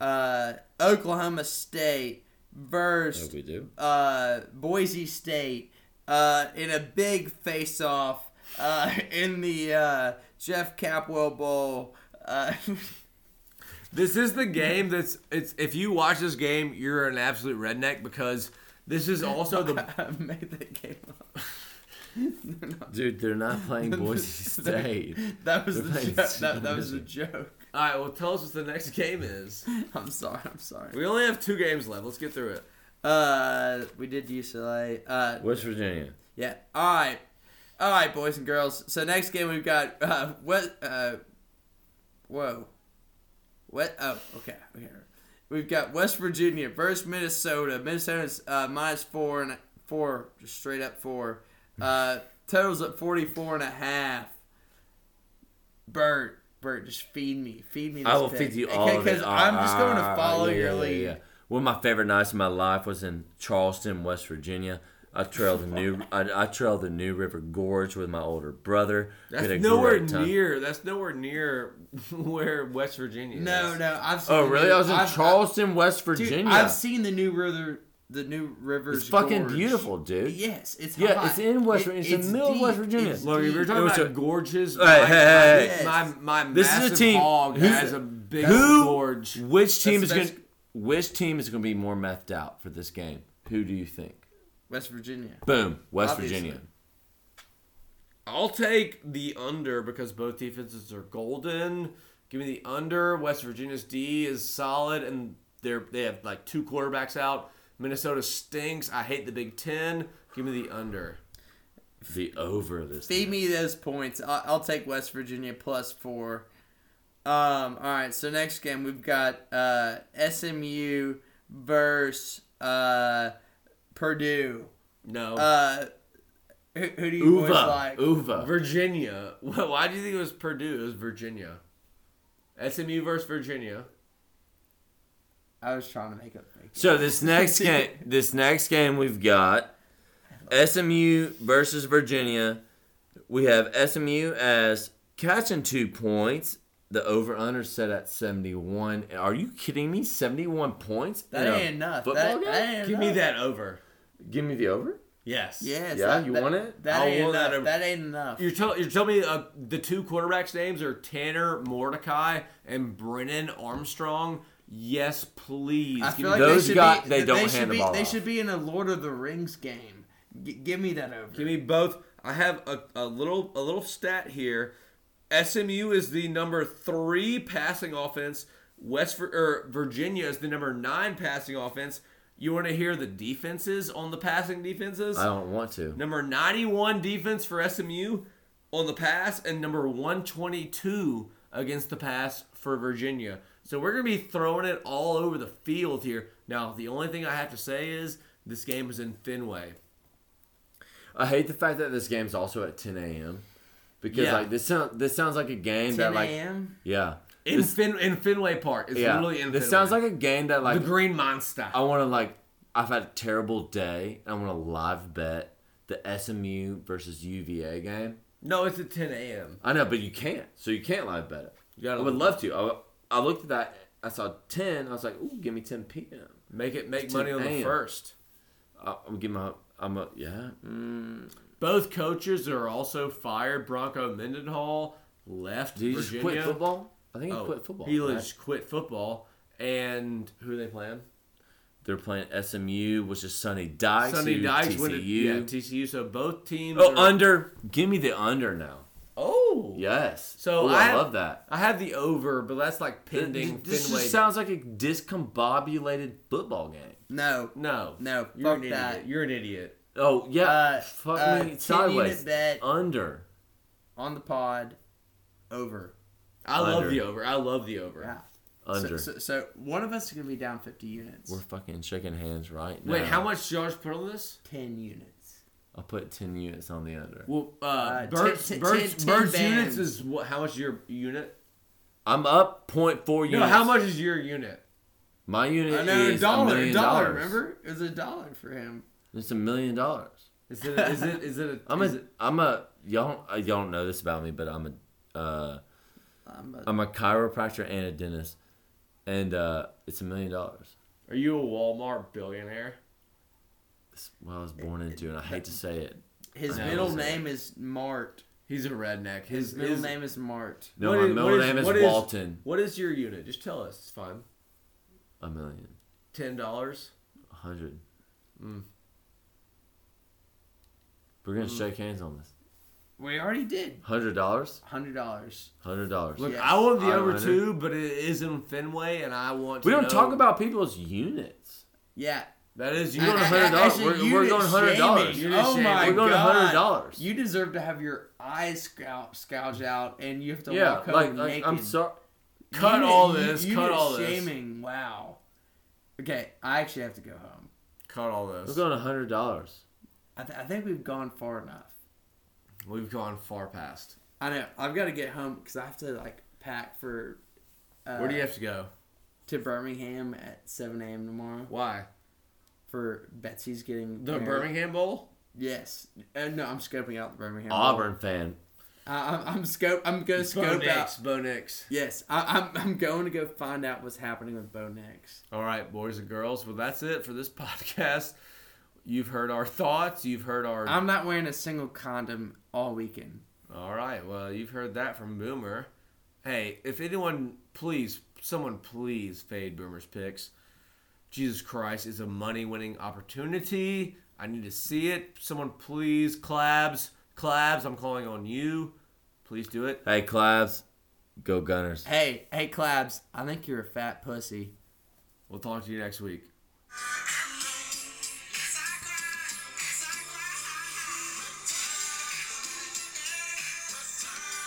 S4: uh, Oklahoma State
S3: Oh,
S4: versus
S3: we do?
S4: uh, Boise State uh, in a big face-off uh, in the uh, Jeff Capwell Bowl. Uh,
S1: This is the game that's it's if you watch this game, you're an absolute redneck because this is also the
S4: I made that game up. Uh,
S3: Dude, they're not playing Boise State.
S4: That was
S3: They're
S4: the
S3: playing
S4: joke. That, that was a
S3: Cincinnati.
S4: joke.
S1: All right, well, tell us what the next game is.
S4: I'm sorry. I'm sorry.
S1: We only have two games left. Let's get through it.
S4: Uh, we did UCLA. Uh,
S3: West Virginia.
S4: Yeah. All right. All right, boys and girls. So next game we've got uh, what? Uh, whoa. What? Oh, okay. okay. We've got West Virginia versus Minnesota. Minnesota's uh, minus four and four, just straight up four. Uh, totals at 44 and a half. Bert, Bert, just feed me, feed me. This
S3: I will
S4: pick.
S3: feed you
S4: Okay,
S3: all of it.
S4: I'm just going to
S3: Ah,
S4: follow
S3: yeah,
S4: your
S3: yeah,
S4: lead.
S3: yeah. One of my favorite nights of my life was in Charleston, West Virginia. I trailed the new I, I trailed the New River Gorge with my older brother.
S1: That's
S3: Had a
S1: nowhere
S3: great time.
S1: near. That's nowhere near where West Virginia. Is.
S4: No, no, I've seen
S3: Oh
S4: the
S3: really?
S4: new-
S3: I was in
S4: I've-
S3: Charleston, West
S4: Dude,
S3: Virginia.
S4: I've seen the new river, the new river.
S3: it's fucking beautiful, dude.
S4: Yes, it's
S3: Yeah,
S4: hot.
S3: it's in West Virginia. It's in the middle of West Virginia.
S1: Look, if you're talking
S3: It was
S1: about
S3: a-
S1: gorges,
S3: Hey,
S1: my,
S3: hey,
S4: hey.
S1: my, my, my
S3: This is a
S1: massive
S3: team-
S1: hog
S3: who's-
S1: has a big
S3: who-
S1: gorge.
S3: Which team
S4: That's
S3: is
S4: the
S3: going?
S4: best-
S3: Which team is going to be more methed out for this game? Who do you think?
S4: West Virginia.
S3: Boom, West
S4: Obviously.
S3: Virginia.
S1: I'll take the under because both defenses are golden. Give me the under. West Virginia's D is solid, and they're they have like two quarterbacks out. Minnesota stinks. I hate the Big Ten. Give me the under.
S3: The over this.
S4: Feed me those points. I'll, I'll take West Virginia plus four. Um. All right. So next game we've got uh, SMU versus uh, Purdue.
S1: No.
S4: Uh, who, who do you boys
S3: Oh. Uva,
S4: like?
S3: Uva.
S1: Virginia. Why why do you think it was Purdue? It was Virginia. SMU versus Virginia.
S4: I was trying to make up. Make
S3: So this next game, this next game we've got SMU versus Virginia. We have SMU as catching two points. The over under set at seventy one. Are you kidding me? Seventy one points.
S4: That
S3: in a
S4: ain't enough.
S3: Football
S4: That,
S3: game?
S4: that ain't
S1: Give
S4: enough.
S1: me that over.
S3: Give me the over.
S1: Yes.
S4: Yes.
S3: Yeah,
S4: that-
S3: you
S4: that-
S3: want it?
S4: That
S1: I
S4: ain't
S1: want
S4: enough.
S1: that
S4: That,
S1: over-
S4: ain't enough.
S1: You're, tell, you're telling me uh, the two quarterbacks' names are Tanner Mordecai and Brennan Armstrong? Yes, please.
S4: I
S1: Give
S4: feel
S1: me
S4: like
S3: Those
S4: they should
S3: got-
S4: be,
S3: they
S4: that
S3: don't
S4: they
S3: hand
S4: should
S3: the
S4: be,
S3: ball
S4: They
S3: off.
S4: should be in a Lord of the Rings game. G- give me that over.
S1: Give me both. I have a, a little a little stat here. SMU is the number three passing offense. West Vir- or Virginia is the number nine passing offense. You want to hear the defenses on the passing defenses?
S3: I don't want to.
S1: Number ninety-one defense for SMU on the pass, and number one twenty-two against the pass for Virginia. So we're gonna be throwing it all over the field here. Now the only thing I have to say is this game is in Fenway.
S3: I hate the fact that this game's also at 10 a.m. Because
S1: Yeah.
S3: like this sound, this sounds like a game
S4: 10
S3: that like
S4: a.m.
S3: yeah
S1: In, Fin- in Fenway Park. It's
S3: yeah
S1: literally in
S3: this
S1: Fenway.
S3: sounds like a game that like
S1: the Green Monster.
S3: I want to like I've had a terrible day. I want to live bet the SMU versus UVA game.
S1: No, it's at 10 a.m.
S3: I know, but you can't. So you can't live bet it.
S1: You gotta
S3: I would love to. I, I looked at that. I saw 10. I was like, ooh, give me 10 p.m.
S1: Make it make
S3: 10
S1: money on the
S3: a.m..
S1: first.
S3: I, I'm giving my. I'm a. Yeah. Mm.
S1: Both coaches are also fired. Bronco Mendenhall left
S3: Did he just
S1: Virginia.
S3: quit football? I think he
S1: Oh,
S3: quit football.
S1: He
S3: right?
S1: just quit football. And who are they playing?
S3: They're playing SMU, which is Sonny Dykes.
S1: Sunny
S3: who
S1: Dykes
S3: TCU.
S1: went to yeah, TCU. So both teams.
S3: oh,
S1: are-
S3: under. Give me the under now.
S1: Oh.
S3: Yes.
S1: So
S3: Ooh,
S1: I
S3: I,
S1: have-
S3: love that.
S1: I had the over, but that's like pending.
S3: Th- This
S1: Fenway-
S3: just sounds like a discombobulated football game.
S4: No,
S1: no,
S4: no,
S1: You're
S4: fuck
S1: an
S4: that.
S1: idiot. You're an idiot.
S3: Oh yeah,
S4: Uh,
S3: fuck
S4: uh,
S3: me
S4: 10
S3: sideways.
S4: unit bet
S3: Under.
S4: on the pod, over.
S1: I love
S3: Under.
S1: the over. I love the over.
S4: Yeah.
S3: Under.
S4: So, so, so one of us is gonna be down fifty units.
S3: We're fucking shaking hands right now.
S1: Wait, how much yards put on this?
S4: ten units.
S3: I'll put ten units on the under.
S1: Well, uh,
S4: Uh,
S1: Burt's,
S4: ten- ten-
S1: Burt's,
S4: ten- ten
S1: Burt's units
S4: bands.
S1: is what? How much your unit?
S3: I'm up 0.4 units.
S1: No, how much Uh, is your unit?
S3: My unit
S4: I know,
S3: is
S4: dollar,
S3: a million
S4: dollar.
S3: dollars.
S4: Remember, it was a dollar for him.
S3: It's a million dollars.
S1: Is it? Is it? Is it? A,
S3: I'm
S1: is
S3: a.
S1: it
S3: I'm a. Y'all. uh, Y'all don't know this about me, but I'm a. Uh,
S4: Um, but
S3: I'm a chiropractor and a dentist, and uh, it's a million dollars.
S1: are you a Walmart billionaire?
S3: It's what I was born into, and I hate to say it.
S4: his
S3: I
S4: middle
S3: was there.
S4: name is Mart.
S1: He's a redneck. His,
S4: His middle
S1: his-
S4: name is Mart.
S3: No,
S1: What
S3: my
S1: is-
S3: middle
S1: what is-
S3: name is,
S1: what is-
S3: Walton.
S1: What is your unit? Just tell us. It's fine.
S3: A million.
S1: Ten dollars.
S3: A hundred.
S1: Mm.
S3: We're gonna shake hands on this.
S4: We already did
S3: Hundred dollars.
S4: hundred dollars.
S3: Hundred dollars.
S1: Look,
S4: Yes.
S1: I want the
S3: I
S1: over
S3: want it.
S1: two, but it is in Fenway, and I want.
S3: We
S1: to
S3: don't
S1: know-
S3: talk about people's units.
S4: Yeah,
S1: that. Is
S3: You're
S1: you
S4: I-
S3: going
S4: I-
S3: hundred dollars.
S4: actually,
S3: We're,
S4: you
S3: we're
S4: did
S3: going hundred
S4: shame
S3: dollars.
S4: me.
S1: You did
S4: Oh
S1: shame
S4: my
S1: me.
S3: We're going
S4: god!
S3: hundred dollars.
S4: You deserve to have your eyes scout, scouged out, and you have to
S3: Yeah,
S4: walk home
S3: like, like
S4: naked.
S3: I'm sorry.
S1: cut
S4: Unit-
S1: all
S4: u-
S1: this.
S4: unit
S1: cut all this.
S4: Shaming. Wow. Okay, I actually have to go home.
S1: Cut all this.
S3: We're going hundred dollars.
S4: I, th- I think we've gone far enough.
S1: We've gone far past.
S4: I know. I've got to get home because I have to like pack for. Uh,
S1: Where do you have to go?
S4: to Birmingham at seven a.m. tomorrow
S1: Why?
S4: for Betsy's getting
S1: The
S4: married.
S1: Birmingham Bowl?
S4: Yes. Uh, no, I'm scoping out the Birmingham. Bowl.
S3: Auburn fan.
S4: I, I'm, I'm scope. I'm gonna
S1: Bo
S4: scope out.
S1: Nix. Bo Nix.
S4: Yes, I, I'm. I'm going to go find out what's happening with Bo next.
S1: All right, boys and girls. Well, that's it for this podcast. You've heard our thoughts. You've heard our.
S4: I'm not wearing a single condom all weekend.
S1: All right. Well, you've heard that from Boomer. Hey, if anyone, please, someone, please fade Boomer's picks. Jesus Christ is a money-winning opportunity. I need to see it. Someone, please, Clabs, Clabs. I'm calling on you. Please do it.
S3: Hey, Clavs, go Gunners.
S4: Hey, hey, Clabs. I think you're a fat pussy.
S1: We'll talk to you next week.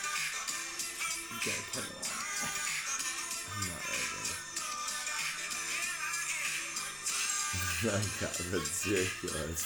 S4: You gotta cut it off.
S3: I got ridiculous.